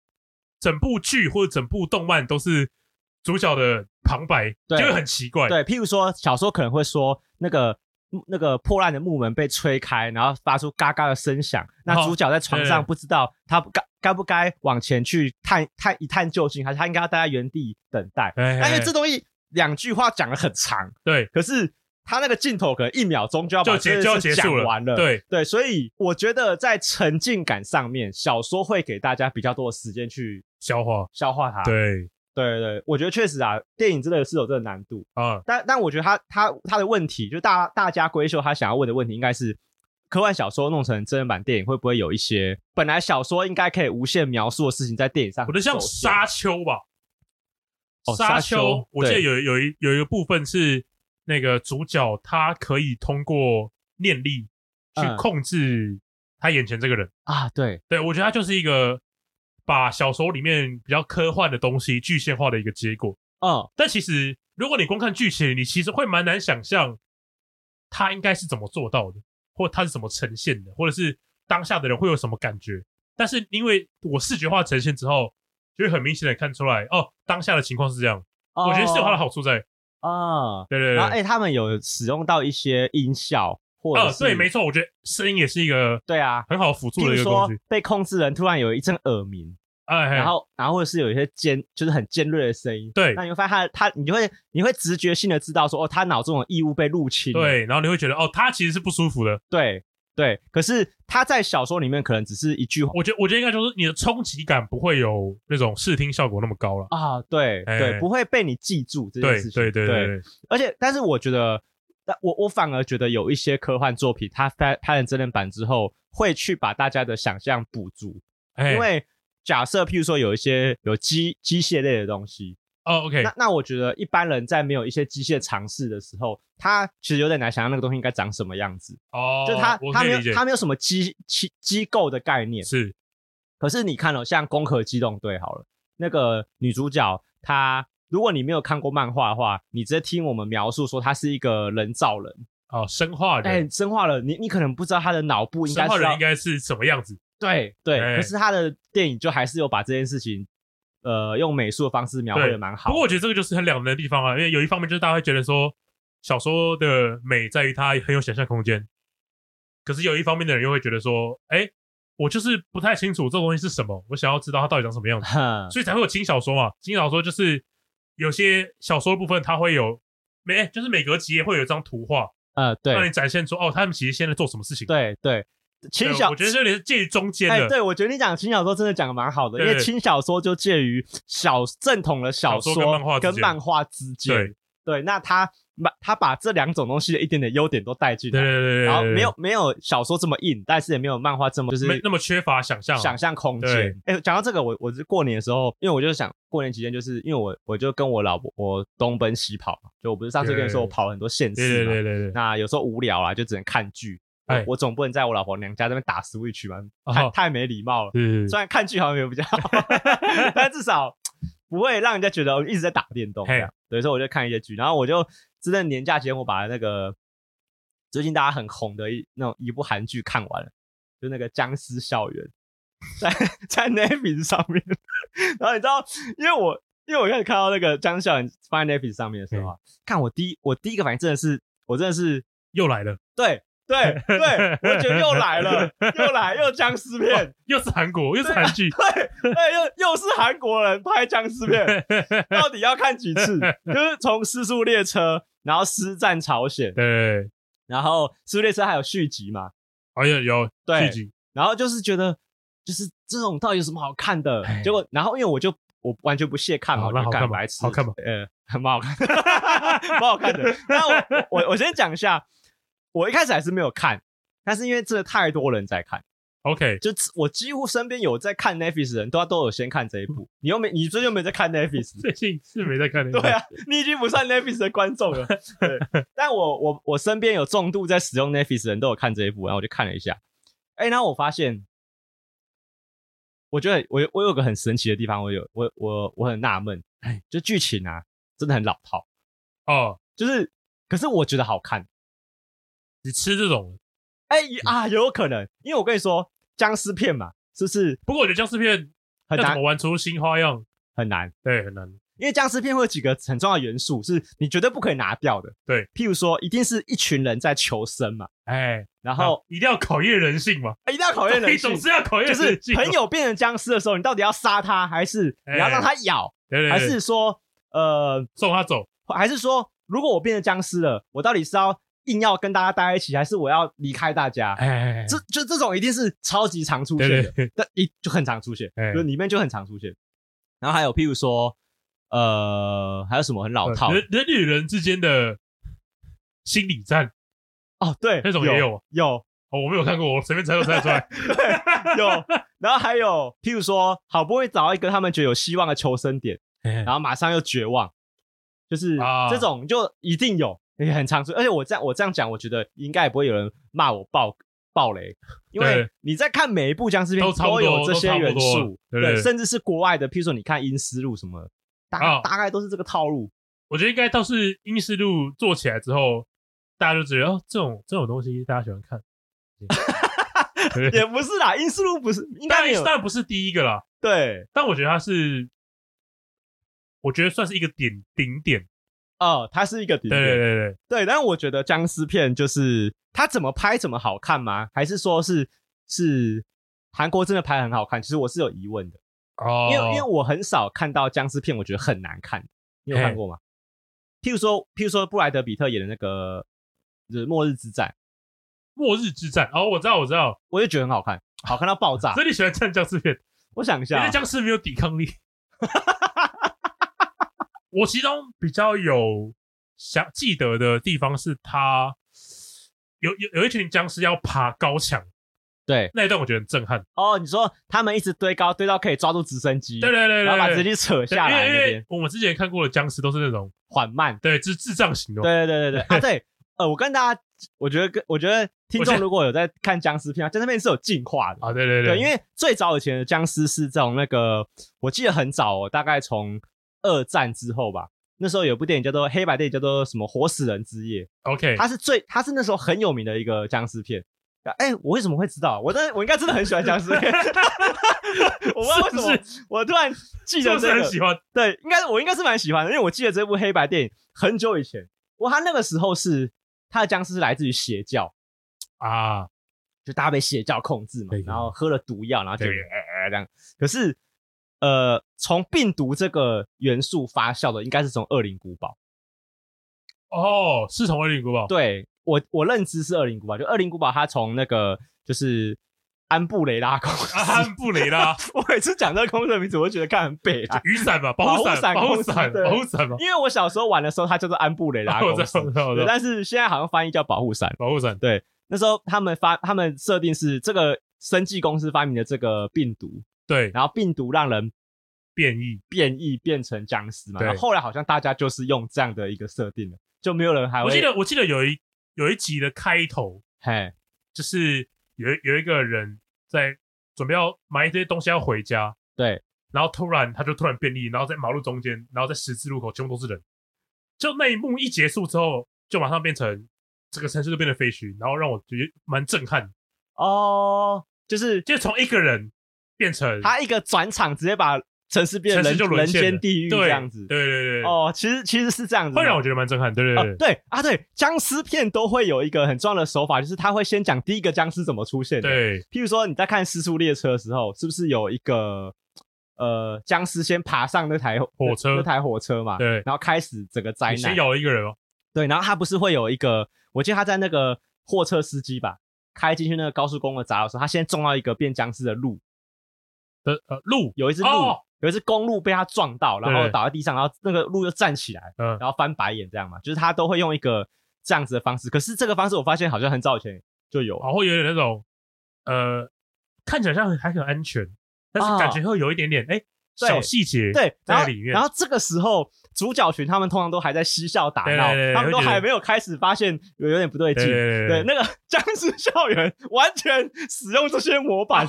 Speaker 1: 整部剧或者整部动漫都是主角的旁白，就
Speaker 2: 对
Speaker 1: 会很奇怪。
Speaker 2: 对，譬如说小说可能会说那个那个破烂的木门被吹开，然后发出嘎嘎的声响，那
Speaker 1: 哦
Speaker 2: 主角在床上
Speaker 1: 对
Speaker 2: 不知道他该该不该往前去探探一探究竟，还是他应该要待在原地等待。
Speaker 1: 哎，
Speaker 2: 那
Speaker 1: 哎
Speaker 2: 因为这东西两句话讲的很长，
Speaker 1: 对
Speaker 2: 可是他那个镜头可能一秒钟就要把
Speaker 1: 就
Speaker 2: 这
Speaker 1: 结就要
Speaker 2: 件
Speaker 1: 结
Speaker 2: 事
Speaker 1: 束
Speaker 2: 讲
Speaker 1: 了，
Speaker 2: 完了。
Speaker 1: 对，
Speaker 2: 对，所以我觉得在沉浸感上面，小说会给大家比较多的时间去
Speaker 1: 消化，
Speaker 2: 消化它。
Speaker 1: 对
Speaker 2: 对对，我觉得确实啊，电影真的是有这个难度，
Speaker 1: 啊，
Speaker 2: 但但我觉得他他他的问题，就大大家闺秀他想要问的问题，应该是科幻小说弄成真人版电影，会不会有一些本来小说应该可以无限描述的事情，在电影上
Speaker 1: 我觉得像
Speaker 2: 很受限
Speaker 1: 沙丘吧
Speaker 2: 哦，
Speaker 1: 沙
Speaker 2: 沙丘
Speaker 1: 我记得
Speaker 2: 对
Speaker 1: 有有一有一个部分是那个主角他可以通过念力去
Speaker 2: 嗯
Speaker 1: 控制他眼前这个人。
Speaker 2: 啊，对
Speaker 1: 对，我觉得它就是一个把小说里面比较科幻的东西具现化的一个结果。
Speaker 2: 嗯，
Speaker 1: 但其实如果你光看剧情，你其实会蛮难想象它应该是怎么做到的，或它是怎么呈现的，或者是当下的人会有什么感觉。但是因为我视觉化呈现之后，就会很明显的看出来，哦，当下的情况是这样。我觉得是有它的好处在。
Speaker 2: 啊。
Speaker 1: 对对
Speaker 2: 哦
Speaker 1: 对，
Speaker 2: 然后哎、他们有使用到一些音效，或者
Speaker 1: 哦，
Speaker 2: 是、
Speaker 1: 对，没错，我觉得声音也是一个
Speaker 2: 对啊，
Speaker 1: 很好辅助
Speaker 2: 譬
Speaker 1: 的
Speaker 2: 如
Speaker 1: 一个
Speaker 2: 说
Speaker 1: 工具。
Speaker 2: 被控制人突然有一阵耳鸣，
Speaker 1: 哎，嘿
Speaker 2: 然后然后或者是有一些尖，就是很尖锐的声音，
Speaker 1: 对
Speaker 2: 那你会发现他他你就会你会直觉性的知道说哦，他脑中有异物被入侵了，
Speaker 1: 对，然后你会觉得，哦，它其实是不舒服的。
Speaker 2: 对对，可是他在小说里面可能只是一句话
Speaker 1: 我觉得，我觉得应该就是你的冲击感不会有那种视听效果那么高了。
Speaker 2: 啊，对
Speaker 1: 哎
Speaker 2: 对，不会被你记住这件
Speaker 1: 对
Speaker 2: 事情，
Speaker 1: 对对对对，
Speaker 2: 而且，但是我觉得，但我我反而觉得有一些科幻作品，它拍拍成真人版之后，会去把大家的想象补足。
Speaker 1: 哎
Speaker 2: 因为假设，譬如说有一些有机机械类的东西，
Speaker 1: 哦，OK，
Speaker 2: 那那我觉得一般人在没有一些机械尝试的时候，他其实有点难想象那个东西应该长什么样子。
Speaker 1: 哦，
Speaker 2: 就他
Speaker 1: 我
Speaker 2: 他
Speaker 1: 可
Speaker 2: 没
Speaker 1: 以理解
Speaker 2: 有，他没有什么机机机构的概念。
Speaker 1: 是
Speaker 2: 可是你看哦，像《攻壳机动队》好了，那个女主角她，如果你没有看过漫画的话，你直接听我们描述说她是一个人造人，
Speaker 1: 哦，生化
Speaker 2: 哎、
Speaker 1: 人，
Speaker 2: 生化人，你你可能不知道她的脑部应
Speaker 1: 生
Speaker 2: 该
Speaker 1: 化
Speaker 2: 是
Speaker 1: 人
Speaker 2: 要
Speaker 1: 应该是什么样子？
Speaker 2: 对对，
Speaker 1: 哎
Speaker 2: 可是她的电影就还是有把这件事情，呃，用美术的方式描绘的蛮好
Speaker 1: 不过我觉得这个就是很两难的地方啊，因为有一方面就是大家会觉得说小说的美在于它很有想象空间，可是有一方面的人又会觉得说，哎，我就是不太清楚这东西是什么，我想要知道它到底长什么 样子。
Speaker 2: 哼
Speaker 1: 所以才会有轻小说嘛。轻小说就是有些小说部分，它会有每就是每隔几页会有一张图画，
Speaker 2: 呃，
Speaker 1: 让
Speaker 2: 对
Speaker 1: 你展现出哦，他们其实现在做什么事情。
Speaker 2: 对对，轻
Speaker 1: 对
Speaker 2: 小
Speaker 1: 我觉得这里是介于中间
Speaker 2: 哎，
Speaker 1: 的。
Speaker 2: 对我觉得你讲轻小说真的讲的蛮好的，
Speaker 1: 对
Speaker 2: 因为轻小说就介于小正统的小
Speaker 1: 小说跟漫画之间
Speaker 2: 跟漫画之间，
Speaker 1: 对
Speaker 2: 对，那他把他把这两种东西的一点点优点都带进
Speaker 1: 对对
Speaker 2: 来，
Speaker 1: 对对，
Speaker 2: 然后没有没有小说这么硬，但是也没有漫画这么就是
Speaker 1: 没那么缺乏想象啊。
Speaker 2: 想象空间
Speaker 1: 对。
Speaker 2: 哎、讲到这个，我我是过年的时候，因为我就想过年期间，就是因为我我就跟我老婆我东奔西跑嘛，就我不是上次跟你说
Speaker 1: 对
Speaker 2: 我跑很多县市
Speaker 1: 对
Speaker 2: 嘛，
Speaker 1: 对对对对，
Speaker 2: 那有时候无聊啊，就只能看剧。
Speaker 1: 哎
Speaker 2: 我总不能在我老婆娘家那边打 Switch 嘛，
Speaker 1: 哦
Speaker 2: 太太没礼貌了。
Speaker 1: 是
Speaker 2: 虽然看剧好像没有比较好，但至少不会让人家觉得我一直在打电动这样。对，所以我就看一些剧，然后我就真的年假期间我把那个最近大家很红的一那种一部韩剧看完了，就那个《僵尸校园》 在在 Netflix 上面。 然后你知道，因为我因为我一开始看到那个《僵尸校园》放在 Netflix 上面的时候啊，看我第一我第一个反应真的是我真的是
Speaker 1: 又来了，
Speaker 2: 对。对对，我就觉得又来了，又来又僵尸片，
Speaker 1: 又是韩国，又是韩剧，
Speaker 2: 对对，哎又又是韩国人拍僵尸片，到底要看 几次？就是从《失速列车》，然后《师战朝鲜》，
Speaker 1: 对，
Speaker 2: 然后《失速列车》还有续集嘛，
Speaker 1: 好像有
Speaker 2: 对
Speaker 1: 剧集，
Speaker 2: 然后就是觉得就是这种到底有什么好看的
Speaker 1: 哎？
Speaker 2: 结果，然后因为我就我完全不屑看嘛，
Speaker 1: 好
Speaker 2: 我
Speaker 1: 那
Speaker 2: 就
Speaker 1: 好看
Speaker 2: 干
Speaker 1: 吗
Speaker 2: 白痴，
Speaker 1: 好看吗？
Speaker 2: 呃，很蛮好看的， 蛮好看的。那我我我先讲一下，我一开始还是没有看，但是因为真的太多人在看。
Speaker 1: OK，
Speaker 2: 就我几乎身边有在看 Netflix 的人，都要都有先看这一部。你又没，你最近又没在看 Netflix，
Speaker 1: 最近是没在看那个，
Speaker 2: 对啊，你已经不算 Netflix 的观众了。对，但我我我身边有重度在使用 Netflix 的人都有看这一部，然后我就看了一下。哎、然后我发现，我觉得我我有个很神奇的地方，我有我我我很纳闷，就剧情啊，真的很老套，
Speaker 1: 哦，
Speaker 2: 就是可是我觉得好看。
Speaker 1: 你吃这种，
Speaker 2: 哎、啊，有可能，因为我跟你说，僵尸片嘛，是不是
Speaker 1: 不过我觉得僵尸片
Speaker 2: 很
Speaker 1: 要怎
Speaker 2: 难
Speaker 1: 么玩出新花样，
Speaker 2: 很难？
Speaker 1: 对，很难，
Speaker 2: 因为僵尸片会有几个很重要的元素是你绝对不可以拿掉的。
Speaker 1: 对，
Speaker 2: 譬如说，一定是一群人在求生嘛，
Speaker 1: 哎，
Speaker 2: 然
Speaker 1: 好，
Speaker 2: 后、
Speaker 1: 一定要考验人性嘛，
Speaker 2: 一定要考验人
Speaker 1: 对
Speaker 2: 性
Speaker 1: 总，是要考验
Speaker 2: 就
Speaker 1: 人
Speaker 2: 是
Speaker 1: 性嘛，哦哎
Speaker 2: 朋友变成僵尸的时候，你到底要杀他，还是你要让他咬，
Speaker 1: 对，对对
Speaker 2: 还是说呃，
Speaker 1: 送他走，
Speaker 2: 还是说如果我变成僵尸了，我到底是要硬要跟大家待在一起，还是我要离开大家？
Speaker 1: 哎，
Speaker 2: 这就这种一定是超级常出现的
Speaker 1: 对，对对
Speaker 2: 但一就很常出现，
Speaker 1: 哎
Speaker 2: 就里面就很常出现。然后还有譬如说，呃，还有什么很老套的
Speaker 1: 人人与人之间的心理战
Speaker 2: 哦？对，
Speaker 1: 那种也有，
Speaker 2: 有
Speaker 1: 哦，我没有看过，我随便猜都猜得出来，
Speaker 2: 有，然后还有，譬如说，好不容易找到一个他们觉得有希望的求生点，
Speaker 1: 哎
Speaker 2: 然后马上又绝望，就是
Speaker 1: 啊
Speaker 2: 这种就一定有，也很常出。而且我这样我这样讲，我觉得应该也不会有人骂我爆爆雷，因为
Speaker 1: 对
Speaker 2: 你在看每一部僵尸片
Speaker 1: 都差不多
Speaker 2: 有这些
Speaker 1: 都差
Speaker 2: 元
Speaker 1: 不
Speaker 2: 素
Speaker 1: 多，对对对
Speaker 2: 甚至是国外的，譬如说你看《阴思路》什么的，大、
Speaker 1: 啊
Speaker 2: 大概都是这个套路。
Speaker 1: 我觉得应该倒是英式路做起来之后，大家就觉得哦，这种这种东西大家喜欢看。对
Speaker 2: 也不是啦，《阴思路》不是应
Speaker 1: 当
Speaker 2: 该没
Speaker 1: 然
Speaker 2: 有
Speaker 1: 当然不是第一个啦，
Speaker 2: 对
Speaker 1: 但我觉得它是，我觉得算是一个点顶点。
Speaker 2: 哦，它是一个顶
Speaker 1: 对
Speaker 2: 点。
Speaker 1: 对对对，
Speaker 2: 对，但是我觉得僵尸片就是它怎么拍怎么好看吗？还是说是是韩国真的拍得很好看？其实我是有疑问的，
Speaker 1: 哦，
Speaker 2: 因为、因为我很少看到僵尸片，我觉得很难看。你有
Speaker 1: 嘿
Speaker 2: 看过吗？譬如说，譬如说布莱德比特演的那个就是《末日之战》，
Speaker 1: 末日之战哦，我知道我知道，
Speaker 2: 我就觉得很好看，好看到爆炸
Speaker 1: 所。以你喜欢看僵尸片，
Speaker 2: 我想一
Speaker 1: 因
Speaker 2: 下
Speaker 1: 为
Speaker 2: 啊，
Speaker 1: 僵尸没有抵抗力。我其中比较有想记得的地方是他有有有一群僵尸要爬高墙
Speaker 2: 对
Speaker 1: 那一段，我觉得很震撼。
Speaker 2: 哦，你说他们一直堆高，堆到可以抓住直升机，
Speaker 1: 对对对对，
Speaker 2: 然后把直
Speaker 1: 对
Speaker 2: 升机扯
Speaker 1: 对
Speaker 2: 下
Speaker 1: 因为
Speaker 2: 来
Speaker 1: 因
Speaker 2: 那
Speaker 1: 为
Speaker 2: 边
Speaker 1: 我们之前看过的僵尸都是那种
Speaker 2: 缓 慢。
Speaker 1: 对，就是智障型的嘛。
Speaker 2: 对对对对对啊！对，呃，我跟大家，我觉得跟我觉得听
Speaker 1: 我觉
Speaker 2: 众
Speaker 1: 得
Speaker 2: 如果有在看僵尸片啊，僵尸片是有进化的，
Speaker 1: 啊，对对
Speaker 2: 对，因为最早以前的僵尸是这种那个，我记得很早哦，大概从二战之后吧。那时候有部电影叫做黑白电影叫做什么《活死人之夜》，
Speaker 1: OK，
Speaker 2: 它是最它是那时候很有名的一个僵尸片。啊哎、我为什么会知道？我真的我应该真的很喜欢僵尸片， 我不知道为什么
Speaker 1: 是
Speaker 2: 我突然记
Speaker 1: 是
Speaker 2: 得
Speaker 1: 不
Speaker 2: 这
Speaker 1: 是
Speaker 2: 个
Speaker 1: 很喜欢？
Speaker 2: 对，应该我应该是蛮喜欢的，因为我记得这部黑白电影很久以前，哇，他那个时候是他的僵尸是来自于邪教，
Speaker 1: 啊，
Speaker 2: 就大家被邪教控制嘛
Speaker 1: 对，
Speaker 2: 然后喝了毒药，然后就、
Speaker 1: 对
Speaker 2: 呃、这样。可是，呃，从病毒这个元素发酵的，应该是从《恶灵古堡》
Speaker 1: 哦，是从《恶灵 古堡》
Speaker 2: 对我我认知是《恶灵古堡》，就《恶灵古堡》它从那个就是安布雷拉公司，
Speaker 1: 啊，汉布雷拉
Speaker 2: 我每次讲这个公司的名字，我就觉得看很北啦。
Speaker 1: 雨伞嘛，保护伞，
Speaker 2: 保
Speaker 1: 保
Speaker 2: 护
Speaker 1: 护
Speaker 2: 伞
Speaker 1: 伞，
Speaker 2: 对
Speaker 1: 保护伞嘛，
Speaker 2: 因为我小时候玩的时候，它叫做安布雷拉
Speaker 1: 啊我
Speaker 2: 公
Speaker 1: 知
Speaker 2: 司
Speaker 1: 道，我，知道，我
Speaker 2: 对
Speaker 1: 知道，
Speaker 2: 但是现在好像翻译叫保护伞。
Speaker 1: 保护伞。
Speaker 2: 那时候他们发，他们设定是这个生技公司发明的这个病毒，
Speaker 1: 对，
Speaker 2: 然后病毒让人
Speaker 1: 变异
Speaker 2: 变异变成僵尸嘛。
Speaker 1: 对
Speaker 2: 然后后来好像大家就是用这样的一个设定了，就没有人还会。
Speaker 1: 我记得我记得有一有一集的开头，
Speaker 2: 嘿，
Speaker 1: 就是有一有一个人在准备要买一堆东西要回家，
Speaker 2: 对，
Speaker 1: 然后突然他就突然变异，然后在马路中间，然后在十字路口全部都是人。就那一幕一结束之后，就马上变成这个城市就变得废墟，然后让我觉得蛮震撼。
Speaker 2: 哦，就是
Speaker 1: 就从一个人变成
Speaker 2: 他一个转场直接把城市变
Speaker 1: 城
Speaker 2: 成
Speaker 1: 市就
Speaker 2: 人
Speaker 1: 沦
Speaker 2: 人
Speaker 1: 陷了
Speaker 2: 间地狱
Speaker 1: 对
Speaker 2: 这样子。
Speaker 1: 对对对对，
Speaker 2: 哦，其实其实是这样子的，
Speaker 1: 会让我觉得蛮震撼。对对
Speaker 2: 啊
Speaker 1: 对，
Speaker 2: 对啊对，僵尸片都会有一个很重要的手法，就是他会先讲第一个僵尸怎么出现的。
Speaker 1: 对
Speaker 2: 譬如说你在看《失速列车》的时候，是不是有一个呃僵尸先爬上那台
Speaker 1: 火车
Speaker 2: 那那台火车嘛？
Speaker 1: 对，
Speaker 2: 然后开始整个灾
Speaker 1: 你先
Speaker 2: 难。啊
Speaker 1: 咬了一个人哦，
Speaker 2: 对，然后他不是会有一个，我记得他在那个货车司机吧，开进去那个高速公路闸的时候，他先撞到一个变僵尸的鹿，
Speaker 1: 的呃鹿，
Speaker 2: 有一只鹿，
Speaker 1: 哦
Speaker 2: 有一只公鹿被他撞到，然后
Speaker 1: 对
Speaker 2: 倒在地上，然后那个鹿又站起来，
Speaker 1: 嗯
Speaker 2: 然后翻白眼这样嘛，就是他都会用一个这样子的方式。可是这个方式我发现好像很早以前就有了，
Speaker 1: 然后有点那种呃，看起来像还很安全，但是
Speaker 2: 啊
Speaker 1: 感觉会有一点点哎
Speaker 2: 对
Speaker 1: 小细节
Speaker 2: 对，然
Speaker 1: 在
Speaker 2: 后
Speaker 1: 里面
Speaker 2: 然。后这个时候主角群他们通常都还在嬉笑打
Speaker 1: 对
Speaker 2: 闹，
Speaker 1: 对对
Speaker 2: 他们
Speaker 1: 会
Speaker 2: 都
Speaker 1: 觉得
Speaker 2: 还没有开始发现有有点不对
Speaker 1: 对
Speaker 2: 劲。
Speaker 1: 对
Speaker 2: 对，那个 僵尸校园完全使用这些模板，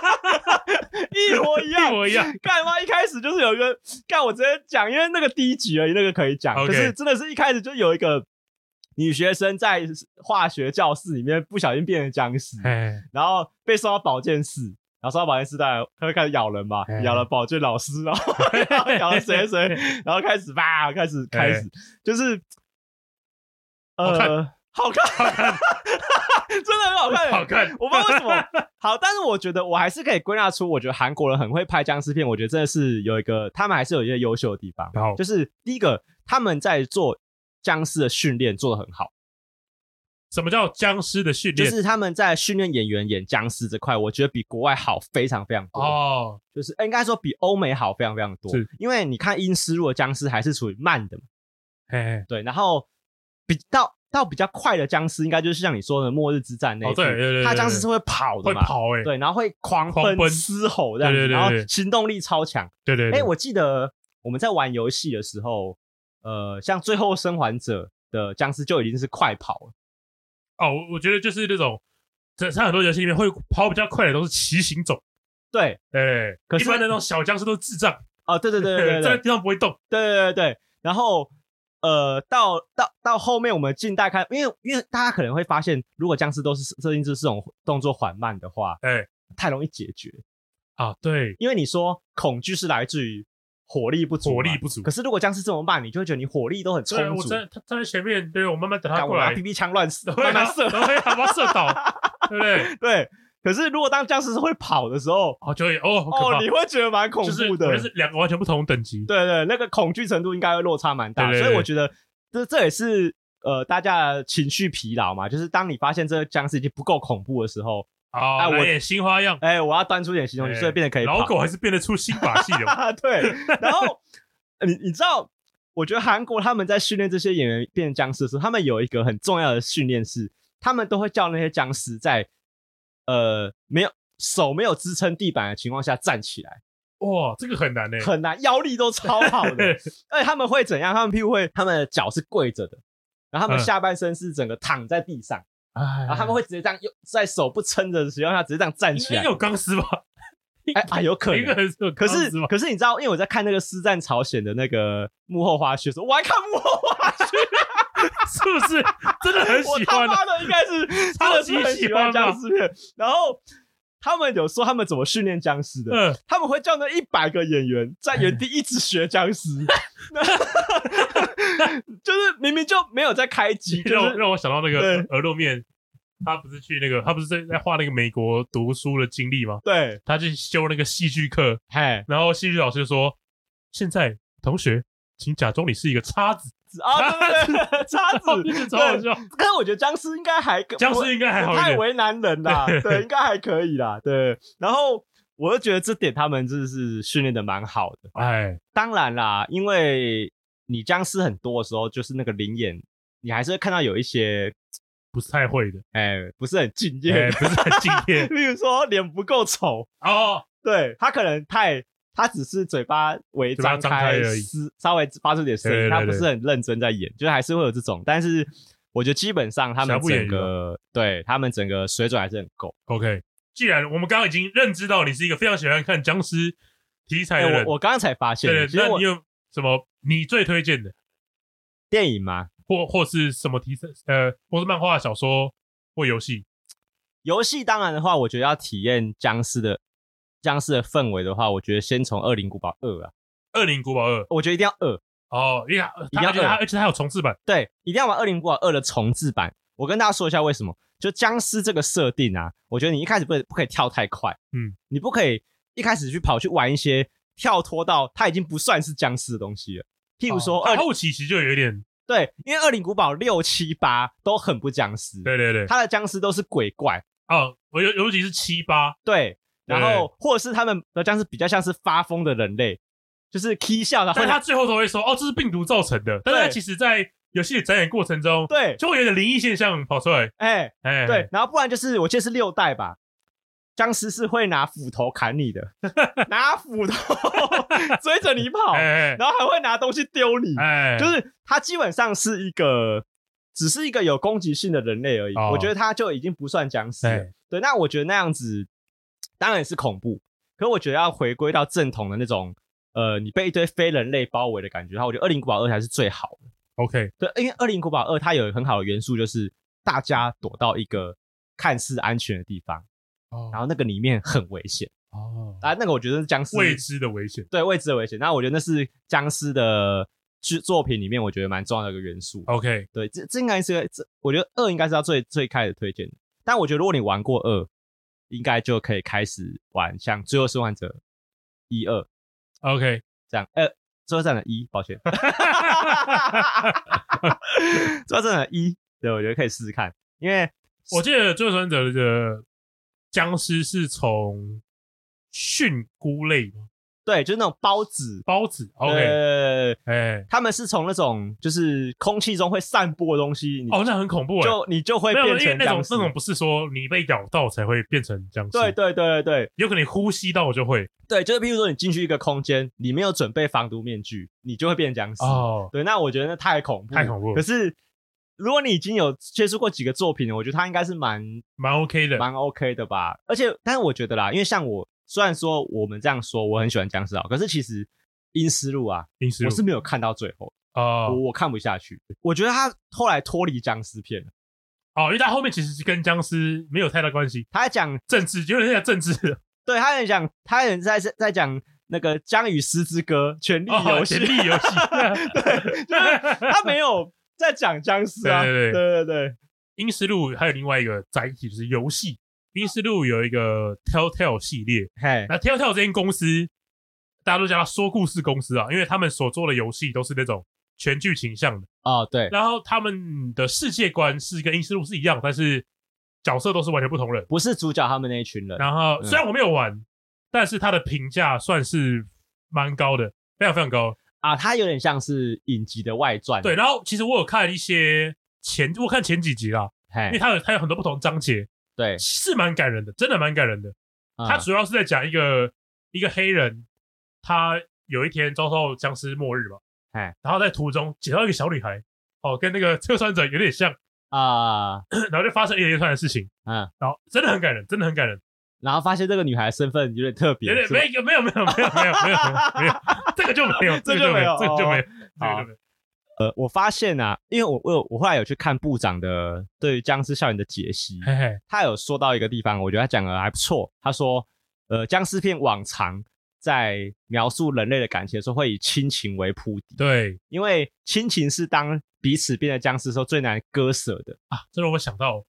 Speaker 2: 一模一样
Speaker 1: 一。模一样。
Speaker 2: 干嘛一开始就是有一个干，我直接讲，因为那个第一集而已，那个可以讲。
Speaker 1: OK
Speaker 2: 可是真的是一开始就有一个女学生在化学教室里面不小心变成僵尸，
Speaker 1: 哎，
Speaker 2: 然后被送到保健室，然后送到保健室，当然他就开始咬人嘛
Speaker 1: 哎，
Speaker 2: 咬了保健老师， 然后 然后咬了谁谁，然后开始吧，开始开始，就是
Speaker 1: 哎好看
Speaker 2: 呃，好看， 真的很好看，
Speaker 1: 好看
Speaker 2: 我不知道为什么好，但是我觉得我还是可以归纳出，我觉得韩国人很会拍僵尸片，我觉得真的是有一个，他们还是有一些优秀的地方。
Speaker 1: 好
Speaker 2: 就是第一个，他们在做僵尸的训练做得很好，
Speaker 1: 什么叫僵尸的训
Speaker 2: 就
Speaker 1: 练？
Speaker 2: 是他们在训练演员演僵尸这块，我觉得比国外好非常非常多。
Speaker 1: 哦，
Speaker 2: 就是呃应该说比欧美好非常非常多
Speaker 1: 是，
Speaker 2: 因为你看阴尸路的僵尸还是属于慢的嘛，
Speaker 1: 哎，
Speaker 2: 对，然后比到到比较快的僵尸，应该就是像你说的《末日之战》那一
Speaker 1: 哦对对对对
Speaker 2: 他僵尸是会跑的
Speaker 1: 会
Speaker 2: 嘛，
Speaker 1: 跑哎，
Speaker 2: 对，然后会狂
Speaker 1: 狂奔
Speaker 2: 奔、嘶吼这样
Speaker 1: 对对
Speaker 2: 子，
Speaker 1: 对
Speaker 2: 然后
Speaker 1: 对
Speaker 2: 行动力超强。
Speaker 1: 对对对
Speaker 2: 哎，，我记得我们在玩游戏的时候，呃，像《最后生还者》的僵尸就已经是快跑了，
Speaker 1: 哦，我我觉得就是那种，在在很多游戏里面会跑比较快的都是骑行种，
Speaker 2: 对，
Speaker 1: 哎，
Speaker 2: 可是
Speaker 1: 一般的那种小僵尸都是智障，
Speaker 2: 哦，对对对对对
Speaker 1: 站在
Speaker 2: 对
Speaker 1: 地上不会动，
Speaker 2: 对对对，然后。呃，到到到后面我们近代看，因为因为大家可能会发现，如果僵尸都是设定是这种动作缓慢的话，
Speaker 1: 哎，
Speaker 2: 太容易解决。
Speaker 1: 啊，对，
Speaker 2: 因为你说恐惧是来自于火力不足嘛，
Speaker 1: 火力不足
Speaker 2: 可是如果僵尸这么慢，你就会觉得你火力都很充
Speaker 1: 对，啊我
Speaker 2: 足，
Speaker 1: 站他站在前面，对我慢慢等他
Speaker 2: 干
Speaker 1: 过
Speaker 2: 我拿
Speaker 1: 来
Speaker 2: BB 枪乱 射，
Speaker 1: 对
Speaker 2: 慢慢
Speaker 1: 啊，
Speaker 2: 射。
Speaker 1: 对啊，把他射倒， 对不对？
Speaker 2: 对，可是如果当僵尸是会跑的时候，
Speaker 1: 哦，就会哦，好可
Speaker 2: 哦，
Speaker 1: 怕
Speaker 2: 你会觉得蛮恐
Speaker 1: 就是
Speaker 2: 怖
Speaker 1: 我
Speaker 2: 的。
Speaker 1: 觉得是两个完全不同等级，
Speaker 2: 对对，那个恐惧程度应该会落差蛮大，
Speaker 1: 对对对
Speaker 2: 所以我觉得这这也是呃大家的情绪疲劳嘛，就是当你发现这个僵尸已经不够恐怖的时候，
Speaker 1: 哦，
Speaker 2: 哎
Speaker 1: 来
Speaker 2: 我
Speaker 1: 点新花样，
Speaker 2: 哎，我要端出点新东西，
Speaker 1: 哎
Speaker 2: 所以变得可以跑
Speaker 1: 老狗还是变得出新把戏的，
Speaker 2: 啊， 对。然后呃你你知道，我觉得韩国他们在训练这些演员变僵尸的时候，他们有一个很重要的训练是，他们都会叫那些僵尸在呃没有手没有支撑地板的情况下站起来，
Speaker 1: 哇，这个很难呢，
Speaker 2: 很难，腰力都超好的。而哎且他们会怎样？他们屁股会，他们的脚是跪着的。然后他
Speaker 1: 嗯
Speaker 2: 们下半身是整个躺在地上，
Speaker 1: 哎
Speaker 2: 啊然后他们会直接这样，用在手不撑着的情况下，直接这样站
Speaker 1: 应
Speaker 2: 起
Speaker 1: 该
Speaker 2: 来。
Speaker 1: 有钢丝 吧？
Speaker 2: 哎啊，有可
Speaker 1: 一个
Speaker 2: 能，
Speaker 1: 人是有
Speaker 2: 可
Speaker 1: 钢
Speaker 2: 是
Speaker 1: 丝吧？
Speaker 2: 可是你知道，因为我在看那个《师战朝鲜》的那个幕后花絮的时候，我还看幕后花絮，
Speaker 1: 是不是真的很
Speaker 2: 我
Speaker 1: 喜
Speaker 2: 他
Speaker 1: 欢啊？
Speaker 2: 妈的应该 是真
Speaker 1: 超
Speaker 2: 的
Speaker 1: 级
Speaker 2: 是很
Speaker 1: 喜
Speaker 2: 喜
Speaker 1: 欢啊
Speaker 2: 欢
Speaker 1: 吧
Speaker 2: 僵尸片。然后他们有说他们怎么训练僵尸的，
Speaker 1: 嗯，
Speaker 2: 他们会叫那一百个演员在原地一直学僵尸， 就是明明就没有在开机，就
Speaker 1: 让我
Speaker 2: 是
Speaker 1: 让我想到那个
Speaker 2: 对
Speaker 1: 鹅肉面，他不是去那个，他不是在在画那个美国读书的经历吗？
Speaker 2: 对，
Speaker 1: 他去修那个戏剧课，
Speaker 2: 嘿，
Speaker 1: 然后戏剧老师就说：“现在同学，请假装你是一个叉子。
Speaker 2: 啊，对对对，” 叉
Speaker 1: 然后
Speaker 2: 子
Speaker 1: 就，觉得超好笑。
Speaker 2: 但是我觉得僵尸应该还更
Speaker 1: 僵尸应该还好
Speaker 2: 不
Speaker 1: 一
Speaker 2: 太
Speaker 1: 点，，
Speaker 2: 为难人啦对，应该还可以啦，对。然后我就觉得这点他们真的是训练的蛮好的。
Speaker 1: 哎，
Speaker 2: 当然啦，因为你僵尸很多的时候，就是那个灵眼，你还是会看到有一些，
Speaker 1: 不是太会 的，
Speaker 2: 哎、不是很敬业，
Speaker 1: 哎，不是很敬 业
Speaker 2: 例如说脸不够丑，
Speaker 1: 哦。
Speaker 2: 对他可能太。他只是嘴巴微
Speaker 1: 嘴巴
Speaker 2: 张
Speaker 1: 张开而已
Speaker 2: 嘶稍微发出点声音，
Speaker 1: 对对对
Speaker 2: 他不是很认真在演，就是还是会有这种。但是我觉得基本上他
Speaker 1: 瑕
Speaker 2: 们
Speaker 1: 不掩
Speaker 2: 整
Speaker 1: 瑜
Speaker 2: 个对他们整个水准还是很够。
Speaker 1: OK，既然我们刚刚已经认知到你是一个非常喜欢看僵尸题材
Speaker 2: 哎、
Speaker 1: 的人，
Speaker 2: 我我刚刚才发现，
Speaker 1: 对
Speaker 2: 其
Speaker 1: 对，
Speaker 2: 实
Speaker 1: 那
Speaker 2: 我
Speaker 1: 你有什么你最推荐的，
Speaker 2: 电影嘛，
Speaker 1: 或或是什么题材？呃，或是漫画、小说或游戏？
Speaker 2: 游戏当然的话，我觉得要体验僵尸的僵尸的氛围的话，我觉得先从《恶灵古堡二》啊，
Speaker 1: 《恶灵古堡二》
Speaker 2: 我觉得一定要二，
Speaker 1: 哦，因为它
Speaker 2: 一定
Speaker 1: 它而
Speaker 2: 要
Speaker 1: 且它
Speaker 2: 二
Speaker 1: 而且它有重置版，
Speaker 2: 对，一定要玩《恶灵古堡二》的重置版。我跟大家说一下为什么，就僵尸这个设定啊，我觉得你一开始不不可以跳太快，
Speaker 1: 嗯，
Speaker 2: 你不可以一开始去跑去玩一些跳脱到它已经不算是僵尸的东西了。譬如说
Speaker 1: 哦
Speaker 2: 二、嗯
Speaker 1: 它后期其实就有一点，
Speaker 2: 对，因为《恶灵古堡》六七八都很不僵尸，
Speaker 1: 对对对，
Speaker 2: 它的僵尸都是鬼怪，
Speaker 1: 哦，我尤尤其是七八，
Speaker 2: 对，然
Speaker 1: 对
Speaker 2: 后或者是他们的僵尸比较像是发疯的人类，就是 K 笑然后
Speaker 1: 但他最后都会说哦，这是病毒造成的，但是他
Speaker 2: 对
Speaker 1: 其实在游戏的展演过程中，
Speaker 2: 对，
Speaker 1: 就会有点灵异现象跑出来，
Speaker 2: 哎、
Speaker 1: 哎，
Speaker 2: 对，，然后不然就是我记得是六代吧，僵尸是会拿斧头砍你的， 拿斧 头追着你跑，
Speaker 1: 哎哎
Speaker 2: 然后还会拿东西丢你，
Speaker 1: 哎，
Speaker 2: 就是它基本上是一个只是一个有攻击性的人类而已。
Speaker 1: 哦
Speaker 2: 我觉得它就已经不算僵尸了
Speaker 1: 哎。
Speaker 2: 对，那我觉得那样子当然也是恐怖，可我觉得要回归到正统的那种。呃，你被一堆非人类包围的感觉，然后我觉得《恶灵古堡二》才是最好的
Speaker 1: OK，
Speaker 2: 对，因为《恶灵古堡二》它有很好的元素，就是大家躲到一个看似安全的地方，
Speaker 1: 哦
Speaker 2: 然后那个里面很危险
Speaker 1: 哦，
Speaker 2: 啊，那个我觉得是僵尸
Speaker 1: 未知的危险
Speaker 2: 对未知的危险，那我觉得那是僵尸的剧作品里面我觉得蛮重要的一个元素。
Speaker 1: ，OK，
Speaker 2: 对，这这应该是这，我觉得二应该是要最最开始推荐的，但我觉得如果你玩过二，应该就可以开始玩像《最后生还者》一二
Speaker 1: OK，
Speaker 2: 这样，呃，《最后生还者一》，抱歉， 最后生还者一，对，我觉得可以试试看，因为
Speaker 1: 我记得《最后生还者》的僵尸是从蕈菇类吗
Speaker 2: 对，就是那种孢子
Speaker 1: 孢子，OK，
Speaker 2: 呃，
Speaker 1: 哎，
Speaker 2: 他们是从那种就是空气中会散播的东西，你
Speaker 1: 哦，那很恐怖哎，
Speaker 2: 就你就会
Speaker 1: 没有，
Speaker 2: 变
Speaker 1: 因为
Speaker 2: 成
Speaker 1: 那
Speaker 2: 僵
Speaker 1: 种
Speaker 2: 尸
Speaker 1: 那。种不是说你被咬到才会变成僵尸，
Speaker 2: 对，对对对对
Speaker 1: 有可能你呼吸到就会
Speaker 2: 对，就是譬如说你进去一个空间，你没有准备防毒面具，你就会变僵尸。
Speaker 1: 哦，
Speaker 2: 对，那我觉得那太恐怖，
Speaker 1: 太恐怖
Speaker 2: 可是如果你已经有接触过几个作品了，我觉得它应该是蛮
Speaker 1: 蛮 OK 的，
Speaker 2: 蛮 OK 的吧。而且，但是我觉得啦，因为像我，虽然说我们这样说我很喜欢僵尸啊，可是其实《阴尸路》啊，
Speaker 1: 零食
Speaker 2: 我是没有看到最后，
Speaker 1: 哦
Speaker 2: 我我看不下去。我觉得他后来脱离僵尸片了，
Speaker 1: 哦，因为他后面其实是跟僵尸没有太大关系，
Speaker 2: 他在讲，
Speaker 1: 政治有点像政治
Speaker 2: 对他在讲，他很在在在讲那个《江与狮之歌》《权力
Speaker 1: 哦，
Speaker 2: 游戏
Speaker 1: 权》力游戏。
Speaker 2: 对，就是他没有在讲僵尸啊，
Speaker 1: 对对
Speaker 2: 对对对
Speaker 1: 英斯路还有另外一个载体就是游戏，英斯路有一个 Telltale 系列，
Speaker 2: 嘿，
Speaker 1: 那 Telltale 这间公司大家都叫它说故事公司啊，因为他们所做的游戏都是那种全剧情向的，
Speaker 2: 哦对，
Speaker 1: 然后他们的世界观是跟英斯路是一样，但是角色都是完全不同人。
Speaker 2: 不是主角他们那一群人，
Speaker 1: 然后虽然我没有玩，但是它的评价算是蛮高的，非常非常高。
Speaker 2: 啊，他有点像是影集的外传，
Speaker 1: 对，，然后其实我有看一些前，我有看前几集啦，因为
Speaker 2: 嘿，
Speaker 1: 它有它有很多不同章节，
Speaker 2: 哎对，
Speaker 1: 是蛮感人的，真的蛮感人的。它
Speaker 2: 他
Speaker 1: 主要是在讲一个一个黑人，他有一天遭受僵尸末日嘛，
Speaker 2: 哎，
Speaker 1: 然后在途中捡到一个小女孩，哦，跟那个测算者有点像，
Speaker 2: 啊，
Speaker 1: 然后就发生一连串的事情，
Speaker 2: 嗯，
Speaker 1: 然后真的很感人，真的很感人，
Speaker 2: 然后发现这个女孩的身份有点特别，
Speaker 1: 有点
Speaker 2: 是吧
Speaker 1: 没有没有没有没有没有没有没有没 有，这个就没有，
Speaker 2: 这
Speaker 1: 这
Speaker 2: 就
Speaker 1: 个就
Speaker 2: 没
Speaker 1: 没
Speaker 2: 有哦
Speaker 1: 有，这个就没有，这
Speaker 2: 好
Speaker 1: 个就没有，
Speaker 2: 呃，我发现啊，因为我我有我后来有去看部长的对于僵尸校园的解析，
Speaker 1: 嘿嘿，
Speaker 2: 他有说到一个地方，我觉得他讲的还不错。他说，呃，僵尸片往常在描述人类的感情的时候，会以亲情为铺底，
Speaker 1: 对
Speaker 2: 因为亲情是当彼此变成僵尸的时候最难割舍的。
Speaker 1: 啊，这让我想到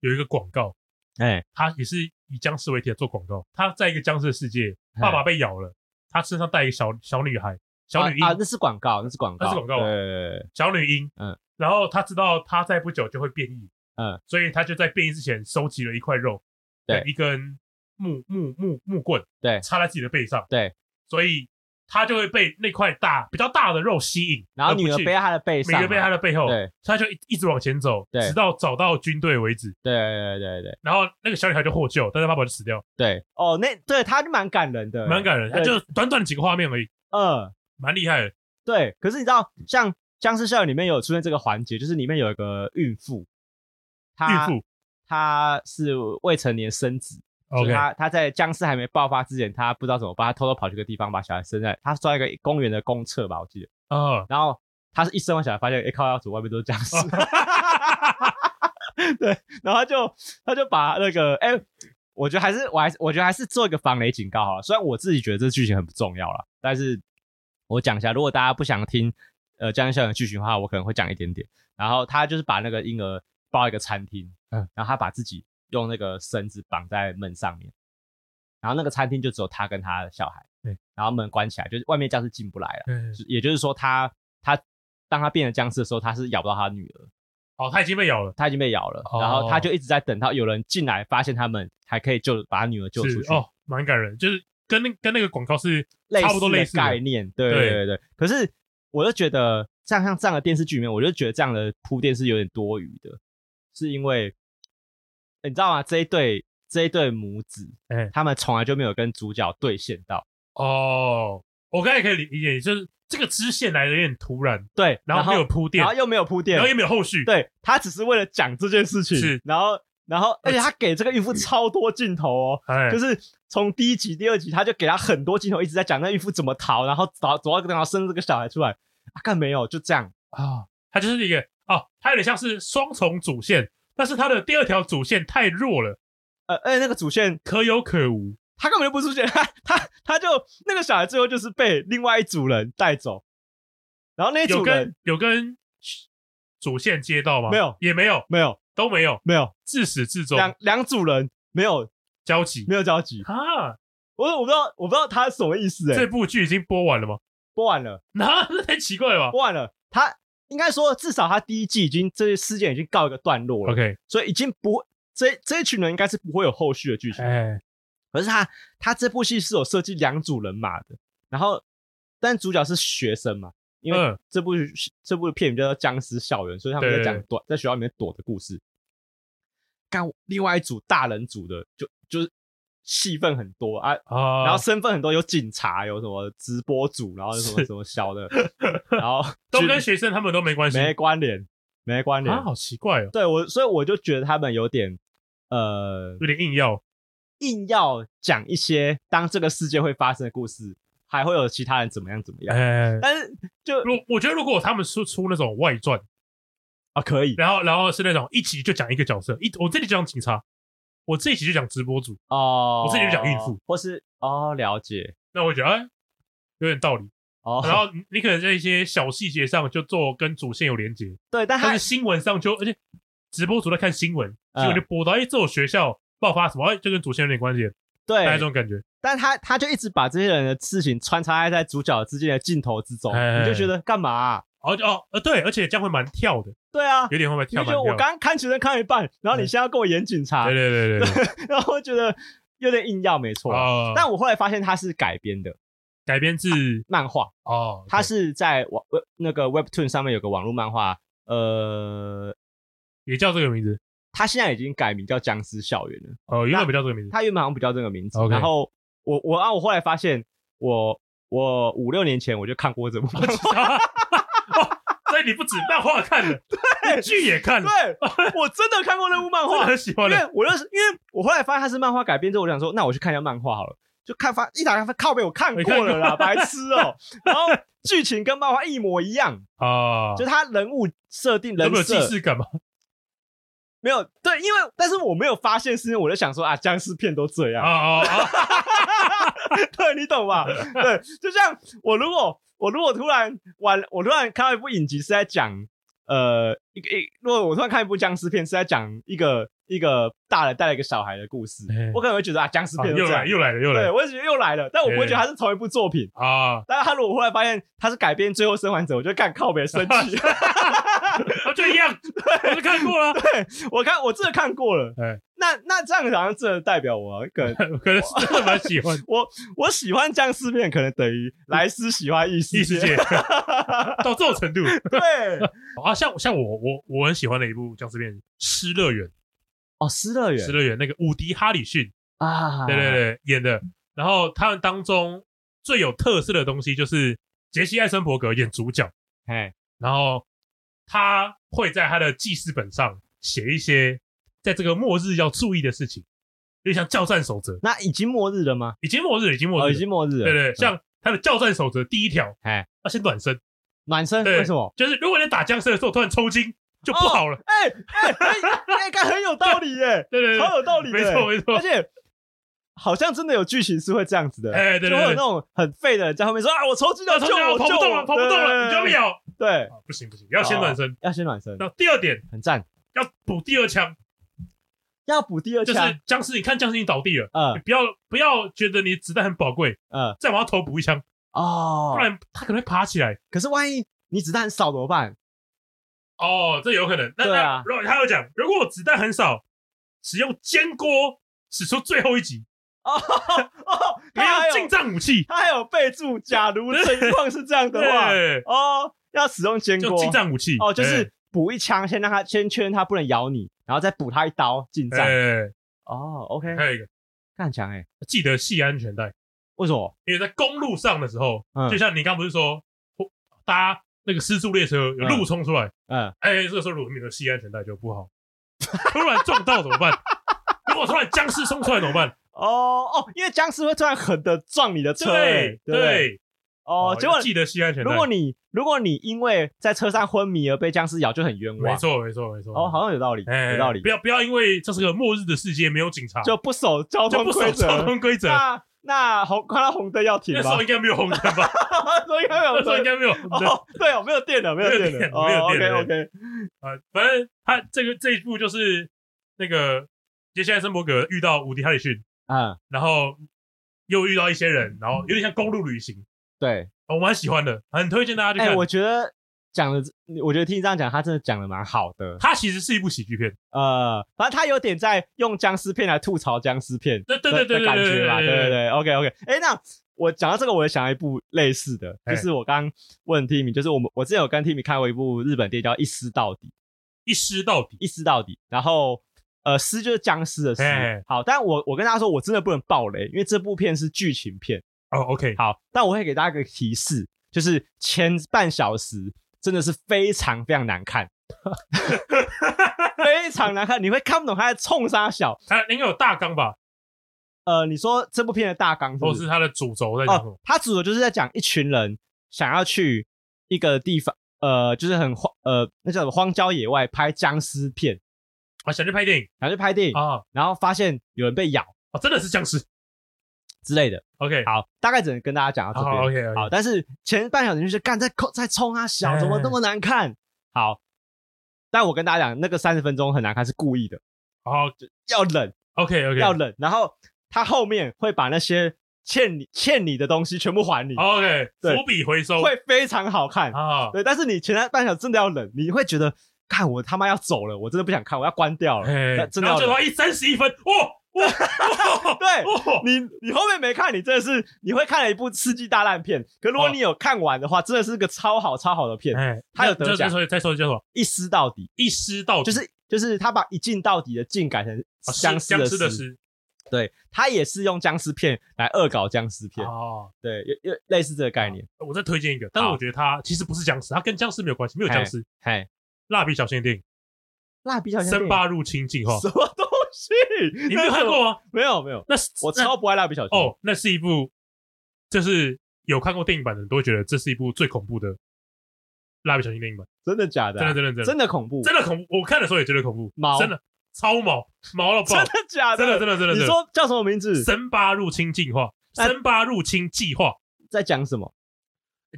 Speaker 1: 有一个广告，
Speaker 2: 哎，
Speaker 1: 他也是以僵尸为题的做广告，他在一个僵尸的世界，
Speaker 2: 嘿
Speaker 1: 爸爸被咬了，他身上带一个小小女孩，小女婴
Speaker 2: 啊啊，那是广告，那是广告，
Speaker 1: 那是广告啊
Speaker 2: 对对对对
Speaker 1: 小女婴，
Speaker 2: 嗯
Speaker 1: 嗯，然后他知道他再不久就会变异，
Speaker 2: 嗯
Speaker 1: 嗯，所以他就在变异之前收集了一块肉，
Speaker 2: 对
Speaker 1: 跟一根木木木木棍，
Speaker 2: 对
Speaker 1: 插在自己的背上，
Speaker 2: 对，
Speaker 1: 所以他就会被那块大比较大的肉吸引，
Speaker 2: 然后
Speaker 1: 而不
Speaker 2: 女儿
Speaker 1: 去
Speaker 2: 背在他的背
Speaker 1: 女
Speaker 2: 上嘛，
Speaker 1: 儿背在他的背后，
Speaker 2: 对
Speaker 1: 所以他就一一直往前走，
Speaker 2: 对
Speaker 1: 直到找到军队为止，
Speaker 2: 对对对对对
Speaker 1: 然后那个小女孩就获救，但是爸爸就死掉，
Speaker 2: 对，哦，那对他就蛮感人的，
Speaker 1: 蛮感人，他
Speaker 2: 对
Speaker 1: 就短短几个画面而已，
Speaker 2: 嗯。
Speaker 1: 蛮厉害的，
Speaker 2: 对，可是你知道，像《僵尸校园》里面有出现这个环节，就是里面有一个孕妇，她
Speaker 1: 孕妇
Speaker 2: 她是未成年生子，就是
Speaker 1: OK，
Speaker 2: 他他在僵尸还没爆发之前，他不知道怎么办，他偷偷跑去个地方把小孩生在，他抓一个公园的公厕吧，我记得。
Speaker 1: 啊，
Speaker 2: 然后他是一生完小孩，发现哎、靠，要走外面都是僵尸。对，然后他就他就把那个哎、我觉得还是我还是我觉得还是做一个防雷警告好了。虽然我自己觉得这剧情很不重要了，但是我讲一下，如果大家不想听呃僵尸校园剧情的话，我可能会讲一点点。然后他就是把那个婴儿抱到一个餐厅，嗯，然后他把自己用那个绳子绑在门上面，然后那个餐厅就只有他跟他的小孩，
Speaker 1: 对，
Speaker 2: 然后门关起来，就是外面僵尸进不来了。
Speaker 1: 嗯
Speaker 2: 就也就是说他，他当他变成僵尸的时候，他是咬不到他女儿，
Speaker 1: 哦，他已经被咬了，
Speaker 2: 他已经被咬了，
Speaker 1: 哦
Speaker 2: 然后他就一直在等到有人进来，发现他们还可以救把他女儿救出
Speaker 1: 是
Speaker 2: 去，
Speaker 1: 哦，蛮感人，就是跟那跟那个广告是
Speaker 2: 类
Speaker 1: 差不多类
Speaker 2: 似
Speaker 1: 似
Speaker 2: 的概
Speaker 1: 的，
Speaker 2: 念，对
Speaker 1: 对
Speaker 2: 对对对。可是我就觉得，像像这样的电视剧里面，我就觉得这样的铺垫是有点多余的，是因为你知道吗？这一对这一对母子，
Speaker 1: 哎
Speaker 2: 他们从来就没有跟主角对线到，
Speaker 1: 哦，我刚才可以理解，就是这个支线来的有点突然，
Speaker 2: 对，
Speaker 1: 然
Speaker 2: 然
Speaker 1: 后没有铺垫
Speaker 2: 然后，又没有铺垫，
Speaker 1: 然后也没有后 续，
Speaker 2: 对他只是为了讲这件事情，
Speaker 1: 是呃嗯
Speaker 2: 然后然后
Speaker 1: 而
Speaker 2: 而
Speaker 1: 且
Speaker 2: 且他给这个孕妇超多镜头哦，
Speaker 1: 哎，
Speaker 2: 就是从第一集、第二集他就给他很多镜头，一直在讲那孕妇怎么逃，然后逃走到然后生这个小孩出来，啊，干没有就这样啊，
Speaker 1: 它就是一个哦，它有点像是双重主线，但是它的第二条主线太弱了，
Speaker 2: 呃，而且那个主线
Speaker 1: 可有可无。
Speaker 2: 他根本就不出现，他他他就那个小孩最后就是被另外一组人带走，然后那一
Speaker 1: 有
Speaker 2: 组人
Speaker 1: 跟有跟主线接到吗？
Speaker 2: 没有
Speaker 1: 也没有，
Speaker 2: 没有
Speaker 1: 都没有，
Speaker 2: 没有
Speaker 1: 自始至终
Speaker 2: 两两组人没有
Speaker 1: 交集
Speaker 2: 没有交集，
Speaker 1: 啊！
Speaker 2: 我我不知道我不知道他什么意思哎、
Speaker 1: 这部剧已经播完了吗？
Speaker 2: 播完了。
Speaker 1: 那那太奇怪了吧
Speaker 2: 播完了，他应该说至少他第一季已经这些事件已经告一个段落了
Speaker 1: ？OK，
Speaker 2: 所以已经不这这一群人应该是不会有后续的剧情。
Speaker 1: 哎，
Speaker 2: 可是他他这部戏是有设计两组人马的，然后但主角是学生嘛，因为
Speaker 1: 嗯
Speaker 2: 这部、这部片名叫做《僵尸校园》，所以他们
Speaker 1: 对
Speaker 2: 在讲
Speaker 1: 对
Speaker 2: 躲在学校里面躲的故事。干另外一组大人组的就就是戏份很多啊，
Speaker 1: 啊，
Speaker 2: 然后身份很多，有警察，有什么直播组，然后有什么
Speaker 1: 是
Speaker 2: 什么 小的，然后
Speaker 1: 都
Speaker 2: 军
Speaker 1: 跟学生他们都没关系
Speaker 2: 没关联，没关联。
Speaker 1: 啊，好奇怪哦，
Speaker 2: 对我，所以我就觉得他们有点呃，
Speaker 1: 有点硬要
Speaker 2: 硬要讲一些当这个世界会发生的故事，还会有其他人怎么样怎么样。
Speaker 1: 哎。
Speaker 2: 但是就
Speaker 1: 如我觉得，如果他们是出那种外传，
Speaker 2: 啊，可以
Speaker 1: 然后然后是那种一集就讲一个角色，一我这里就讲警察，我这一集就讲直播主，
Speaker 2: 哦，
Speaker 1: 我自己就讲孕妇，
Speaker 2: 或是哦，了解
Speaker 1: 那我觉得哎有点道理。
Speaker 2: 哦，
Speaker 1: 然后你你可能在一些小细节上就做跟主线有连接，
Speaker 2: 对，但
Speaker 1: 但
Speaker 2: 他
Speaker 1: 是新闻上就而且直播主在看新闻，
Speaker 2: 嗯
Speaker 1: 新闻就播到哎、这种学校爆发什么，哎这跟主线有点关系，大概这
Speaker 2: 对，
Speaker 1: 种感觉。
Speaker 2: 但他他就一直把这些人的事情穿插在主角之间的镜头之中，
Speaker 1: 哎
Speaker 2: 你就觉得干嘛啊？
Speaker 1: 然后就哦呃对，而且这样会蛮跳的，
Speaker 2: 对啊，
Speaker 1: 有点会蛮
Speaker 2: 你
Speaker 1: 跳蛮
Speaker 2: 就觉得我
Speaker 1: 跳的。哎
Speaker 2: 刚看学生看一半，然后你现在要跟我演警察
Speaker 1: 对，对对 对
Speaker 2: 然后我觉得有点硬要，没错
Speaker 1: 对，。哦，
Speaker 2: 但我后来发现它是改编的
Speaker 1: 改编自
Speaker 2: 漫画，
Speaker 1: 哦，
Speaker 2: 它
Speaker 1: 对
Speaker 2: 是在网 web 那个 Webtoon 上面有个网络漫画，呃，
Speaker 1: 也叫这个名字，
Speaker 2: 它现在已经改名叫《僵尸校园》了。
Speaker 1: 哦，原本
Speaker 2: 那
Speaker 1: 不叫这个名字，
Speaker 2: 它原本好像不叫这个名字。
Speaker 1: OK。
Speaker 2: 然后我我啊，我后来发现我我五六年前我就看过这部漫画
Speaker 1: 哦所以你不止漫画看了，你剧也看了，
Speaker 2: 对，我真的看过那部漫
Speaker 1: 我
Speaker 2: 画，
Speaker 1: 很喜欢
Speaker 2: 因
Speaker 1: 的。
Speaker 2: 为我就是因为我后来发现它是漫画改编之后，我想说，那我去看一下漫画好了。就看发一打开发靠背，我看
Speaker 1: 没
Speaker 2: 过
Speaker 1: 看过
Speaker 2: 了 啦，白痴哦、然后剧情跟漫画一模一 样，
Speaker 1: 啊，
Speaker 2: 就是他人物设定
Speaker 1: 有
Speaker 2: 人
Speaker 1: 没有既
Speaker 2: 设
Speaker 1: 视感嘛？
Speaker 2: 没有对，因为但是我没有发现，是因为我在想说啊，僵尸片都这
Speaker 1: 啊
Speaker 2: 样，
Speaker 1: 啊啊！
Speaker 2: 对你懂吧？对，就像我如果我如果突然玩，我突然看到一部影集是在讲呃一个一，如果我突然看一部僵尸片是在讲一个一个大人带了一个小孩的故事
Speaker 1: 哎，
Speaker 2: 我可能会觉得啊，僵尸
Speaker 1: 啊
Speaker 2: 片都
Speaker 1: 又
Speaker 2: 这样
Speaker 1: 来，又来了，又来
Speaker 2: 对
Speaker 1: 了
Speaker 2: 我会觉得又来了，但我不会觉得它是同一部作品。
Speaker 1: 啊！
Speaker 2: 但是他如果后来发现他是改编《最后生还者》，我就干靠别生 气。
Speaker 1: 啊，就一样，我就看过了，
Speaker 2: 我看我真的看过了，
Speaker 1: 哎
Speaker 2: 那那这样好像真的代表我可能
Speaker 1: 可能是真的蛮喜欢
Speaker 2: 我我喜欢僵尸片，可能等于莱斯喜欢异世
Speaker 1: 异世界 到这种程度
Speaker 2: 对，
Speaker 1: 啊。像像我我我很喜欢的一部僵尸片《失乐园
Speaker 2: 哦，失乐》，
Speaker 1: 《失乐园》那个伍迪·哈里逊，
Speaker 2: 啊，
Speaker 1: 对对，对演的。然后他们当中最有特色的东西就是杰西·艾森伯格演主角，
Speaker 2: 哎，
Speaker 1: 然后他会在他的记事本上写一些在这个末日要注意的事情。有点像教战守则，
Speaker 2: 那已经末日了吗？
Speaker 1: 已经末日了，已经末
Speaker 2: 哦，
Speaker 1: 日
Speaker 2: 已
Speaker 1: 了，
Speaker 2: 经末日了。
Speaker 1: 对对，对
Speaker 2: 嗯
Speaker 1: 像他的教战守则第一条，啊
Speaker 2: 哎，
Speaker 1: 要先暖身，
Speaker 2: 暖身
Speaker 1: 对
Speaker 2: 为什么？
Speaker 1: 就是如果你在打僵尸的时候突然抽筋就不好了，
Speaker 2: 哎哎哎，哎该很有道理耶，
Speaker 1: 对对对
Speaker 2: 好有道理
Speaker 1: 对，
Speaker 2: 的
Speaker 1: 没
Speaker 2: 耶，
Speaker 1: 错没错
Speaker 2: 而，且好像真的有剧情是会这样子的，
Speaker 1: 哎对对
Speaker 2: 就会有
Speaker 1: 对哎
Speaker 2: 那种很废的人在后面说啊，我抽筋了，
Speaker 1: 要
Speaker 2: 救
Speaker 1: 抽筋了跑
Speaker 2: 我，
Speaker 1: 不
Speaker 2: 救
Speaker 1: 动
Speaker 2: 我
Speaker 1: 了，跑不动了，你就要
Speaker 2: 对哦
Speaker 1: 秒，啊
Speaker 2: 对，
Speaker 1: 不行不行，要先暖身。
Speaker 2: 要先暖身，
Speaker 1: 那第二点
Speaker 2: 很赞，
Speaker 1: 要补第二枪，
Speaker 2: 要补第二
Speaker 1: 就
Speaker 2: 枪
Speaker 1: 是，僵尸，你看僵尸已经倒地了，
Speaker 2: 嗯
Speaker 1: 你不要不要觉得你子弹很宝贵，
Speaker 2: 嗯
Speaker 1: 再往他头补一枪，
Speaker 2: 哦
Speaker 1: 不，然他可能会爬起来。
Speaker 2: 可是万一你子弹少怎么办？
Speaker 1: 哦，这有可能。那
Speaker 2: 对
Speaker 1: 那
Speaker 2: 啊
Speaker 1: 如果他有讲，如果我子弹很少，使用煎锅使出最后一击，
Speaker 2: 哦 哦，
Speaker 1: 没
Speaker 2: 他还
Speaker 1: 有
Speaker 2: 有
Speaker 1: 近战武器，
Speaker 2: 他还有备注，假如情况是这样的话，
Speaker 1: 对，
Speaker 2: 哦，要使用坚
Speaker 1: 哎就
Speaker 2: 果
Speaker 1: 近战武器。
Speaker 2: 哦，就
Speaker 1: 哎
Speaker 2: 是补一枪，先让他先确认他不能咬你，然后再补他一刀近战。
Speaker 1: 哎，
Speaker 2: 哦，OK，
Speaker 1: 还有一个，
Speaker 2: 干强哎，
Speaker 1: 记得系安全带，
Speaker 2: 为什么？
Speaker 1: 因为在公路上的时候，
Speaker 2: 嗯
Speaker 1: 就像你刚不是说搭那个失速列车有路冲出来，
Speaker 2: 嗯，
Speaker 1: 哎，这个时候如果没有系安全带就不好，突然撞到怎么办？如果突然僵尸冲出来怎么办？
Speaker 2: 哦哦，因为僵尸会突然狠的撞你的车，哎
Speaker 1: 对
Speaker 2: 对不对，哦，结果
Speaker 1: 记得系安全带。
Speaker 2: 如果你如果你因为在车上昏迷而被僵尸咬，就很冤枉。
Speaker 1: 没错，没错，没错。
Speaker 2: 哦，好像有道理，
Speaker 1: 哎，
Speaker 2: 有道理
Speaker 1: 不，要不要，因为这是个末日的世界，没有警察
Speaker 2: 就不守交
Speaker 1: 就
Speaker 2: 通
Speaker 1: 不守
Speaker 2: 规则。
Speaker 1: 交通规则。
Speaker 2: 那那红看到红灯要停
Speaker 1: 那时
Speaker 2: 吧
Speaker 1: 候，应该没有红灯 吧？
Speaker 2: 所以没
Speaker 1: 那
Speaker 2: 有
Speaker 1: 时候应
Speaker 2: 灯。
Speaker 1: 该没有红灯
Speaker 2: 哦，对哦，没有电了，没有
Speaker 1: 没有
Speaker 2: 电了
Speaker 1: 电，
Speaker 2: 哦
Speaker 1: 没有电了
Speaker 2: OK OK，
Speaker 1: 啊。反正他这个这一部就是那个接下来森伯格遇到伍迪哈里逊，
Speaker 2: 嗯，
Speaker 1: 然后又遇到一些人，然后有点像公路旅行，
Speaker 2: 对，
Speaker 1: 哦我蛮喜欢的，很推荐大家去
Speaker 2: 哎，
Speaker 1: 看
Speaker 2: 我。觉得讲的，我觉得听你这样讲，他真的讲的蛮好的。
Speaker 1: 它其实是一部喜剧片，
Speaker 2: 呃，反正他有点在用僵尸片来吐槽僵尸片
Speaker 1: 对对
Speaker 2: 的
Speaker 1: 对对
Speaker 2: 的
Speaker 1: 对
Speaker 2: 感觉
Speaker 1: 对
Speaker 2: 嘛，对对
Speaker 1: 对
Speaker 2: 对，OK OK。哎，那我讲到这个，我也想到一部类似的，
Speaker 1: 哎
Speaker 2: 就是我刚问 Timmy，就是我们我之前有跟 Timmy 看过一部日本电影叫《一尸到底》，
Speaker 1: 一尸到底。
Speaker 2: 一尸到底，然后。呃，尸就是僵尸的尸
Speaker 1: 哎哎。
Speaker 2: 好，但我我跟大家说，我真的不能爆雷，因为这部片是剧情片。
Speaker 1: 哦，OK，
Speaker 2: 好，但我会给大家一个提示，就是前半小时真的是非常非常难看， 非常难看，你会看不懂他在冲啥小。
Speaker 1: 它应该有大纲吧，
Speaker 2: 呃，你说这部片的大纲是
Speaker 1: 都
Speaker 2: 不是
Speaker 1: 是？它的主轴在讲什
Speaker 2: 哦
Speaker 1: 么？，
Speaker 2: 他主要就是在讲一群人想要去一个地方，呃，就是很荒，呃，那叫什么荒郊野外拍僵尸片，
Speaker 1: 啊，想去拍电影
Speaker 2: 想去拍电影，
Speaker 1: 啊，
Speaker 2: 然后发现有人被咬
Speaker 1: 哦，真的是僵尸。
Speaker 2: 之类的。
Speaker 1: OK，
Speaker 2: 好，大概只能跟大家讲到这边。
Speaker 1: 好，OK，哦
Speaker 2: 好，但是前半小时就是干在扣在冲啊小，
Speaker 1: 哎
Speaker 2: 怎么那么难看？好，但我跟大家讲，那个三十分钟很难看是故意的，
Speaker 1: 好
Speaker 2: 要忍，
Speaker 1: ，OK，OK，
Speaker 2: 要忍，然后他后面会把那些欠你欠你的东西全部还你，
Speaker 1: OK，
Speaker 2: 对
Speaker 1: 伏笔回收
Speaker 2: 会非常好看。
Speaker 1: 啊，
Speaker 2: 对，但是你前半小时真的要忍，你会觉得，看我他妈要走了，我真的不想看，我要关掉了，
Speaker 1: 哎，
Speaker 2: 那真的
Speaker 1: 然
Speaker 2: 要
Speaker 1: 后就
Speaker 2: 忍。
Speaker 1: 到一三十一分，哇 哇
Speaker 2: 对，
Speaker 1: 哇哇！
Speaker 2: 你你后面没看，你真的是你会看了一部世纪大烂片。可如果
Speaker 1: 哦
Speaker 2: 你有看完的话，真的是个超好超好的片，
Speaker 1: 哎，
Speaker 2: 他有
Speaker 1: 那
Speaker 2: 得
Speaker 1: 就
Speaker 2: 奖
Speaker 1: 再说再说叫什么？
Speaker 2: 一撕到底，
Speaker 1: 一尸到底
Speaker 2: 就是就是他把一镜到底的镜改成
Speaker 1: 啊
Speaker 2: 僵尸
Speaker 1: 僵尸
Speaker 2: 的
Speaker 1: 的
Speaker 2: 尸，
Speaker 1: 尸
Speaker 2: 对他也是用僵尸片来恶搞僵尸片，
Speaker 1: 哦。
Speaker 2: 对，有有类似这个概念。
Speaker 1: 我再推荐一个，但是
Speaker 2: 好
Speaker 1: 我觉得它其实不是僵尸，它跟僵尸没有关系，没有僵尸。
Speaker 2: 嘿，
Speaker 1: 蜡笔小新的电影
Speaker 2: 蜡笔小
Speaker 1: 《
Speaker 2: 新
Speaker 1: 森巴入侵进化
Speaker 2: 什》，么东西？
Speaker 1: 你没有看过吗？
Speaker 2: 没有没有，
Speaker 1: 那是
Speaker 2: 我
Speaker 1: 那
Speaker 2: 超不爱蜡笔小新。
Speaker 1: 哦，那是一部，就是有看过电影版的人都会觉得这是一部最恐怖的蜡笔小新电影版，
Speaker 2: 真的假的
Speaker 1: 真
Speaker 2: 啊？
Speaker 1: 的真的真的
Speaker 2: 真的恐怖，
Speaker 1: 真的恐怖，我看的时候也觉得恐怖，
Speaker 2: 毛
Speaker 1: 真的超毛毛了爆
Speaker 2: 真，的假
Speaker 1: 真的真的真的。
Speaker 2: 你
Speaker 1: 真的
Speaker 2: 说叫什么名字？
Speaker 1: 森巴入侵计划，
Speaker 2: 哎
Speaker 1: 森巴入侵计划，
Speaker 2: 在讲什么？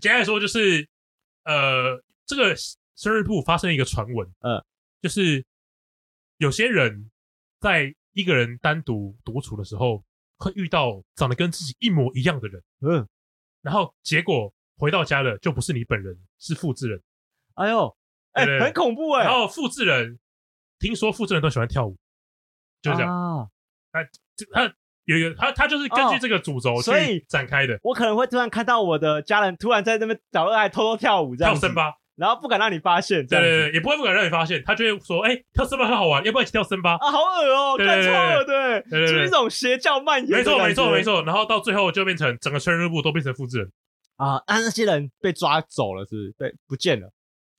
Speaker 1: 简单来说就是，呃，这个生日部发生一个传闻，
Speaker 2: 嗯，
Speaker 1: 就是有些人在一个人单独独处的时候，会遇到长得跟自己一模一样的人，
Speaker 2: 嗯，
Speaker 1: 然后结果回到家了就不是你本人，是复制人，
Speaker 2: 哎呦，哎
Speaker 1: 对对，对
Speaker 2: 很恐怖哎
Speaker 1: 然。后复制人听说复制人都喜欢跳舞，就这样。
Speaker 2: 样，
Speaker 1: 这他有一个他他就是根据这个主轴
Speaker 2: 哦所以
Speaker 1: 去展开的，
Speaker 2: 我可能会突然看到我的家人突然在那边角落还偷偷跳舞这
Speaker 1: 跳
Speaker 2: 样子
Speaker 1: 森，巴，
Speaker 2: 然后不敢让你发现，
Speaker 1: 对
Speaker 2: 这样子
Speaker 1: 对对，也不会不敢让你发现，他就会说，哎，跳森巴很好玩，要不要一起跳森巴？
Speaker 2: 啊，好恶哦，
Speaker 1: 对
Speaker 2: 看
Speaker 1: 对
Speaker 2: 错了，对，
Speaker 1: 对对对
Speaker 2: 就是一种邪教蔓延的
Speaker 1: 没
Speaker 2: 感觉，
Speaker 1: 错没错没错，然后到最后就变成整个生日部都变成复制人，
Speaker 2: 啊！那那些人被抓走了，是不是？对，不见了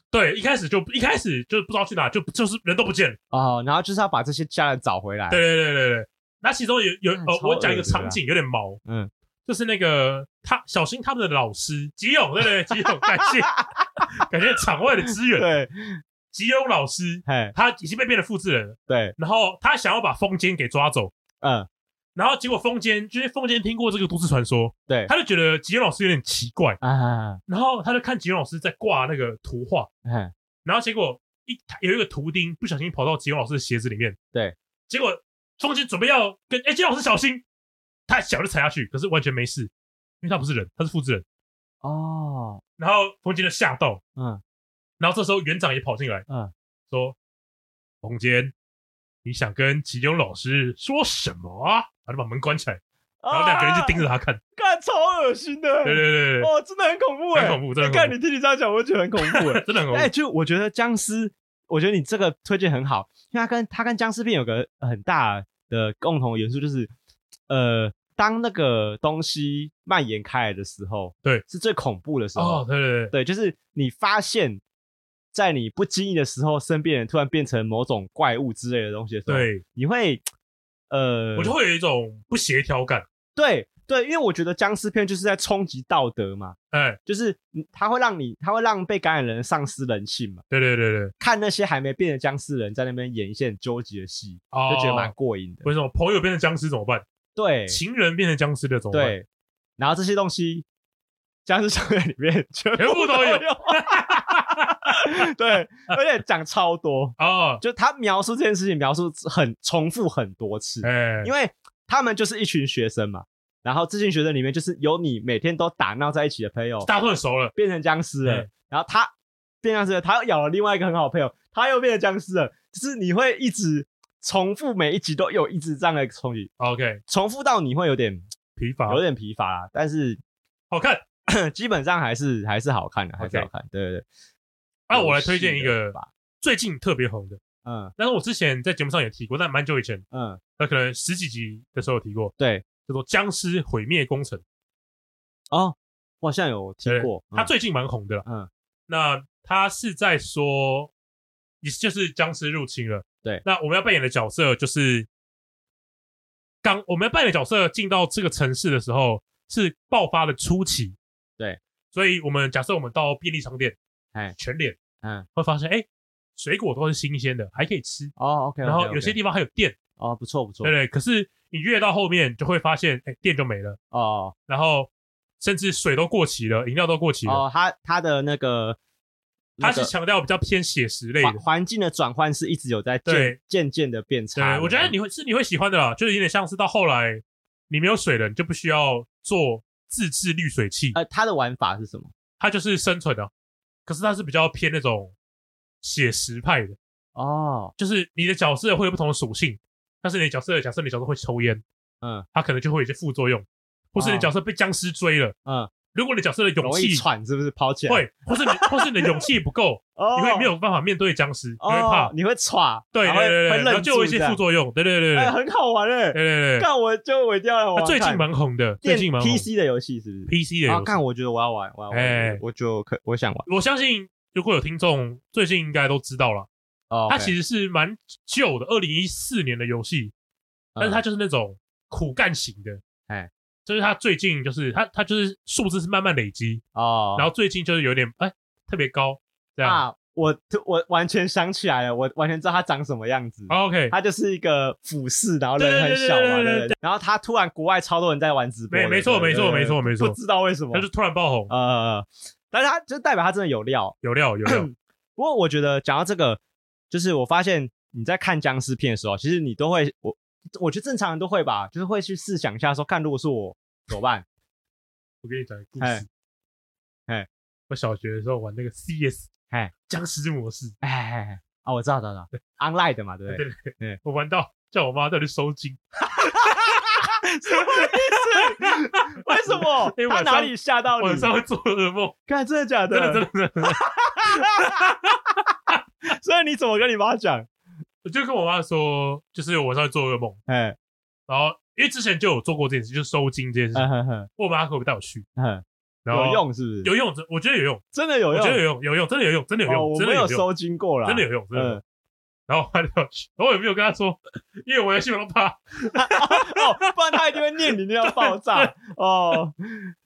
Speaker 1: 对，一开始就一开始就不知道去哪，就就是人都不见了，
Speaker 2: 哦，然后就是要把这些家人找回来，
Speaker 1: 对对对对对。那其中有有
Speaker 2: 嗯
Speaker 1: 呃，
Speaker 2: 超
Speaker 1: 我讲一个
Speaker 2: 恶的啦
Speaker 1: 场景有点毛，
Speaker 2: 嗯，
Speaker 1: 就是那个他小新他们的老师吉勇，对不 对？吉勇，感谢感谢场外的支援。
Speaker 2: 对，
Speaker 1: 吉勇老师
Speaker 2: 嘿，
Speaker 1: 他已经被变成复制人了，
Speaker 2: 对，
Speaker 1: 然后他想要把风间给抓走，
Speaker 2: 嗯，
Speaker 1: 然后结果风间就是风间听过这个都市传说，
Speaker 2: 对
Speaker 1: 他就觉得吉勇老师有点奇怪，
Speaker 2: 啊，
Speaker 1: 然后他就看吉勇老师在挂那个图画，
Speaker 2: 嘿，
Speaker 1: 然后结果一有一个图钉不小心跑到吉勇老师的鞋子里面，
Speaker 2: 对，
Speaker 1: 结果风间准备要跟哎吉勇老师小心，他脚就踩下去，可是完全没事，因为他不是人，他是复制人。
Speaker 2: 哦，
Speaker 1: 然后冯杰就吓到，
Speaker 2: 嗯，
Speaker 1: 然后这时候园长也跑进来，
Speaker 2: 嗯，
Speaker 1: 说：“冯杰，你想跟吉勇老师说什么啊？”他就把门关起来，然后两个人就盯
Speaker 2: 着，
Speaker 1: 着他看。
Speaker 2: 啊干超恶心的，
Speaker 1: 对对对对对，
Speaker 2: 哦，真的很恐怖哎、
Speaker 1: 很恐怖真的很恐怖
Speaker 2: 看你听你这样讲，我觉得很恐怖 哎、
Speaker 1: 真的很恐
Speaker 2: 哎、
Speaker 1: 怖。
Speaker 2: 就我觉得僵尸，我觉得你这个推荐很好，因为它跟它跟僵尸片有个很大的共同元素，就是呃，当那个东西蔓延开来的时候，
Speaker 1: 对，
Speaker 2: 是最恐怖的时候。
Speaker 1: 哦，对对对，
Speaker 2: 对，就是你发现，在你不经意的时候，身边人突然变成某种怪物之类的东西的时候，，
Speaker 1: 对
Speaker 2: 你会呃，
Speaker 1: 我就会有一种不协调感。
Speaker 2: 对对，因为我觉得僵尸片就是在冲击道德嘛。
Speaker 1: 哎，
Speaker 2: 就是你它会让你，它会让被感染人丧失人性嘛。
Speaker 1: 对对对对，
Speaker 2: 看那些还没变的僵尸人在那边演一些很纠结的戏，
Speaker 1: 哦，
Speaker 2: 就觉得蛮过瘾的。
Speaker 1: 为什么朋友变成僵尸怎么办？
Speaker 2: 对
Speaker 1: 情人变成僵尸的怎么办？
Speaker 2: 对，然后这些东西，僵尸校园里面全
Speaker 1: 全部
Speaker 2: 部
Speaker 1: 都有
Speaker 2: 有。 对，而且讲超多，
Speaker 1: 哦，
Speaker 2: 就他描述这件事情描述很重复很多次，
Speaker 1: 哎，
Speaker 2: 因为他们就是一群学生嘛。然后这群学生里面就是有你每天都打闹在一起的朋友，
Speaker 1: 大家都很熟了，
Speaker 2: 变成僵尸了
Speaker 1: 嗯，
Speaker 2: 然后他变僵尸了，他又咬了另外一个很好的朋友，他又变成僵尸了，就是你会一直重复每一集都有一直这样的冲击，
Speaker 1: OK，
Speaker 2: 重复到你会有点
Speaker 1: 疲乏，
Speaker 2: 有点疲乏啦，但是
Speaker 1: 好看。
Speaker 2: 基本上还是还是好看的，还是好看，对对对。
Speaker 1: 那我
Speaker 2: 有
Speaker 1: 来推荐
Speaker 2: 戏
Speaker 1: 一
Speaker 2: 的
Speaker 1: 个
Speaker 2: 吧，
Speaker 1: 最近特别红的。
Speaker 2: 嗯
Speaker 1: 但是我之前在节目上也提过，但蛮久以前，
Speaker 2: 嗯，
Speaker 1: 那可能十几集的时候有提过，
Speaker 2: 对，
Speaker 1: 叫做《僵尸毁灭工程》
Speaker 2: 哦，我好像有听
Speaker 1: 对
Speaker 2: 过，
Speaker 1: 它
Speaker 2: 嗯
Speaker 1: 最近蛮红的啦。
Speaker 2: 嗯，
Speaker 1: 那它是在说，也就是僵尸入侵了。
Speaker 2: 对
Speaker 1: 那我们要扮演的角色就是，刚我们要扮演的角色进到这个城市的时候是爆发的初期。
Speaker 2: 对，
Speaker 1: 所以我们假设我们到便利商店，
Speaker 2: 哎
Speaker 1: 全脸
Speaker 2: 嗯，
Speaker 1: 会发现，哎，水果都是新鲜的，还可以吃。
Speaker 2: 哦，OK，
Speaker 1: 然后有些地方还有电，
Speaker 2: 哦不错不错
Speaker 1: 对，对。可是你越到后面就会发现，哎，电就没了，
Speaker 2: 哦
Speaker 1: 然后甚至水都过期了，饮料都过期了。
Speaker 2: 哦，他他的那个
Speaker 1: 它
Speaker 2: 那
Speaker 1: 是
Speaker 2: 个
Speaker 1: 强调比较偏写实类
Speaker 2: 环
Speaker 1: 的。
Speaker 2: 环境的转换是一直有在
Speaker 1: 对
Speaker 2: 渐渐渐的变差
Speaker 1: 对，
Speaker 2: 的，
Speaker 1: 我觉得你会是你会喜欢的啦，就是有点像是到后来你没有水了，你就不需要做自制滤水器，
Speaker 2: 呃，它的玩法是什么？
Speaker 1: 它就是生存啊。可是它是比较偏那种写实派的，
Speaker 2: 哦，
Speaker 1: 就是你的角色会有不同的属性，但是你的角色假设你角色会抽烟，
Speaker 2: 嗯
Speaker 1: 它可能就会有一些副作用，或是你
Speaker 2: 哦
Speaker 1: 角色被僵尸追了，
Speaker 2: 嗯，
Speaker 1: 如果你角色的勇
Speaker 2: 容
Speaker 1: 气
Speaker 2: 易喘是不是？跑起来，
Speaker 1: 会，或是 你或是你的勇气不够，
Speaker 2: 哦，
Speaker 1: 你会没有办法面对僵尸，你
Speaker 2: 哦，
Speaker 1: 会怕，
Speaker 2: 你会喘，
Speaker 1: 对
Speaker 2: 然
Speaker 1: 对
Speaker 2: 后会
Speaker 1: 对
Speaker 2: 会
Speaker 1: 对，
Speaker 2: 愣
Speaker 1: 然后就有一
Speaker 2: 住
Speaker 1: 些
Speaker 2: 这样
Speaker 1: 副作用，对对对对
Speaker 2: 哎，
Speaker 1: 对
Speaker 2: 很好玩哎，
Speaker 1: 对对对，
Speaker 2: 看我就我一定要来玩
Speaker 1: 它
Speaker 2: 玩
Speaker 1: 最近
Speaker 2: 看
Speaker 1: 蛮红的，最
Speaker 2: 电
Speaker 1: 近蛮红
Speaker 2: PC 的游戏是不是
Speaker 1: PC 的
Speaker 2: 啊，
Speaker 1: 游戏
Speaker 2: 看，我觉得我要玩，我要玩，
Speaker 1: 哎
Speaker 2: 我就可我想玩
Speaker 1: 我相信如果有听众最近应该都知道了，
Speaker 2: 哦，
Speaker 1: 它其
Speaker 2: 实，
Speaker 1: 实是蛮旧的，二零一四年的游戏，
Speaker 2: 嗯
Speaker 1: 但是它就是那种苦干型的，
Speaker 2: 哎，
Speaker 1: 就是它最近就是它它就是数字是慢慢累积，
Speaker 2: 哦，
Speaker 1: 然后最近就是有点哎特别高这样
Speaker 2: 啊，我突我完全想起来了，我完全知道它长什么样子。
Speaker 1: ，OK，
Speaker 2: 它就是一个俯视，然后
Speaker 1: 哦对
Speaker 2: 人
Speaker 1: 对
Speaker 2: 很
Speaker 1: 对
Speaker 2: 小嘛，
Speaker 1: 对对
Speaker 2: 对
Speaker 1: 对
Speaker 2: 不对？然后他突然国外超多人在玩直播
Speaker 1: 没
Speaker 2: 的，
Speaker 1: 没错
Speaker 2: 对
Speaker 1: 没错
Speaker 2: 对对
Speaker 1: 没错没错
Speaker 2: 不知道为什么
Speaker 1: 它，就突然爆红，
Speaker 2: 呃，但是他就代表他真的有料。
Speaker 1: 有料有料，
Speaker 2: 不过我觉得讲到这个，就是我发现你在看僵尸片的时候，其实你都会，我我觉得正常人都会吧，就是会去试想一下说，看如果是我怎么办？
Speaker 1: 我跟你讲个故
Speaker 2: 哎
Speaker 1: 事，
Speaker 2: 哎，
Speaker 1: 我小学的时候玩那个 CS，
Speaker 2: 哎，
Speaker 1: 僵尸模式，
Speaker 2: 哎哎哎啊，我知道，知道，知道，online 的嘛，对不对？
Speaker 1: 我玩到叫我妈在那里收金，
Speaker 2: 什么意思？为什么
Speaker 1: 因为？
Speaker 2: 他
Speaker 1: 晚上
Speaker 2: 哪里吓到你？
Speaker 1: 晚上会做噩梦，
Speaker 2: 看真的假
Speaker 1: 真的真的真的真的。
Speaker 2: 所以你怎么跟你妈讲？
Speaker 1: 我就跟我妈说，就是我晚上会做噩梦，
Speaker 2: 哎，
Speaker 1: 然后因为之前就有做过这件事，就是收金这件事，
Speaker 2: 嗯哼哼
Speaker 1: 我妈可不可以带我去？
Speaker 2: 哼
Speaker 1: 然后
Speaker 2: 有用是不是？
Speaker 1: 有用，我觉得有用，
Speaker 2: 真的有
Speaker 1: 我
Speaker 2: 用，
Speaker 1: 觉得有用，有用，真的有用，真的有
Speaker 2: 哦
Speaker 1: 用，
Speaker 2: 我
Speaker 1: 真
Speaker 2: 没
Speaker 1: 的
Speaker 2: 有
Speaker 1: 有用，
Speaker 2: 收经过啦，
Speaker 1: 真的有用，真的有用。
Speaker 2: 嗯
Speaker 1: 然后我翻掉去，然后我也没有跟他说，因为我游戏我都怕。
Speaker 2: 哦，不然他一定会念你念到 爆炸哦。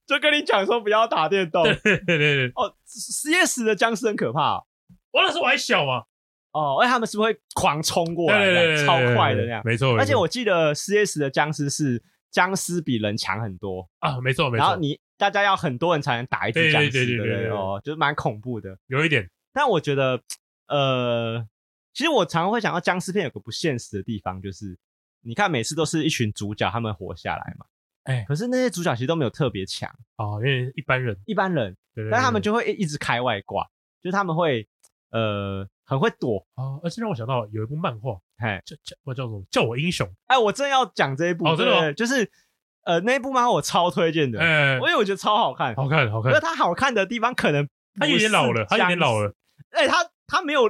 Speaker 2: 就跟你讲说不要打电动
Speaker 1: 对对对，
Speaker 2: 哦，实验室的僵尸很可怕哦
Speaker 1: 我那时候我还小嘛，
Speaker 2: 哦，而且他们是不是会狂冲过
Speaker 1: 对
Speaker 2: 来
Speaker 1: 对对
Speaker 2: 这
Speaker 1: 对
Speaker 2: 样，
Speaker 1: 对，
Speaker 2: 超
Speaker 1: 对
Speaker 2: 快
Speaker 1: 对
Speaker 2: 的那样。
Speaker 1: 没错。
Speaker 2: 而且
Speaker 1: 没错
Speaker 2: 我记得 CS 的僵尸是僵尸比人强很多，
Speaker 1: 啊，没错没
Speaker 2: 然后
Speaker 1: 错，
Speaker 2: 你大家要很多人才能打一只
Speaker 1: 对对
Speaker 2: 僵尸，
Speaker 1: 对对
Speaker 2: 不
Speaker 1: 对对
Speaker 2: 哦，就是蛮恐怖的。
Speaker 1: 有一点
Speaker 2: 但我觉得，呃，其实我常常会想到僵尸片有个不现实的地方，就是你看每次都是一群主角他们活下来嘛，
Speaker 1: 哎
Speaker 2: 可是那些主角其实都没有特别强，
Speaker 1: 哦，因为一般人，
Speaker 2: 一般人，
Speaker 1: 对对对
Speaker 2: 但他们
Speaker 1: 对
Speaker 2: 就会一一直开外挂，就是他们会呃很会躲，
Speaker 1: 哦，而且让我想到有一部漫画
Speaker 2: 嘿，
Speaker 1: 叫叫我叫什么？叫我英雄，
Speaker 2: 哎，我正要讲这一部，
Speaker 1: 哦真的吗
Speaker 2: 对就是呃那一部漫画我超推荐的，
Speaker 1: 哎
Speaker 2: 因，为我觉得超好看，
Speaker 1: 好看好看
Speaker 2: 那，它好看的地方可能
Speaker 1: 他有点老了，他有点老
Speaker 2: 了。
Speaker 1: 了，
Speaker 2: 哎、他他没有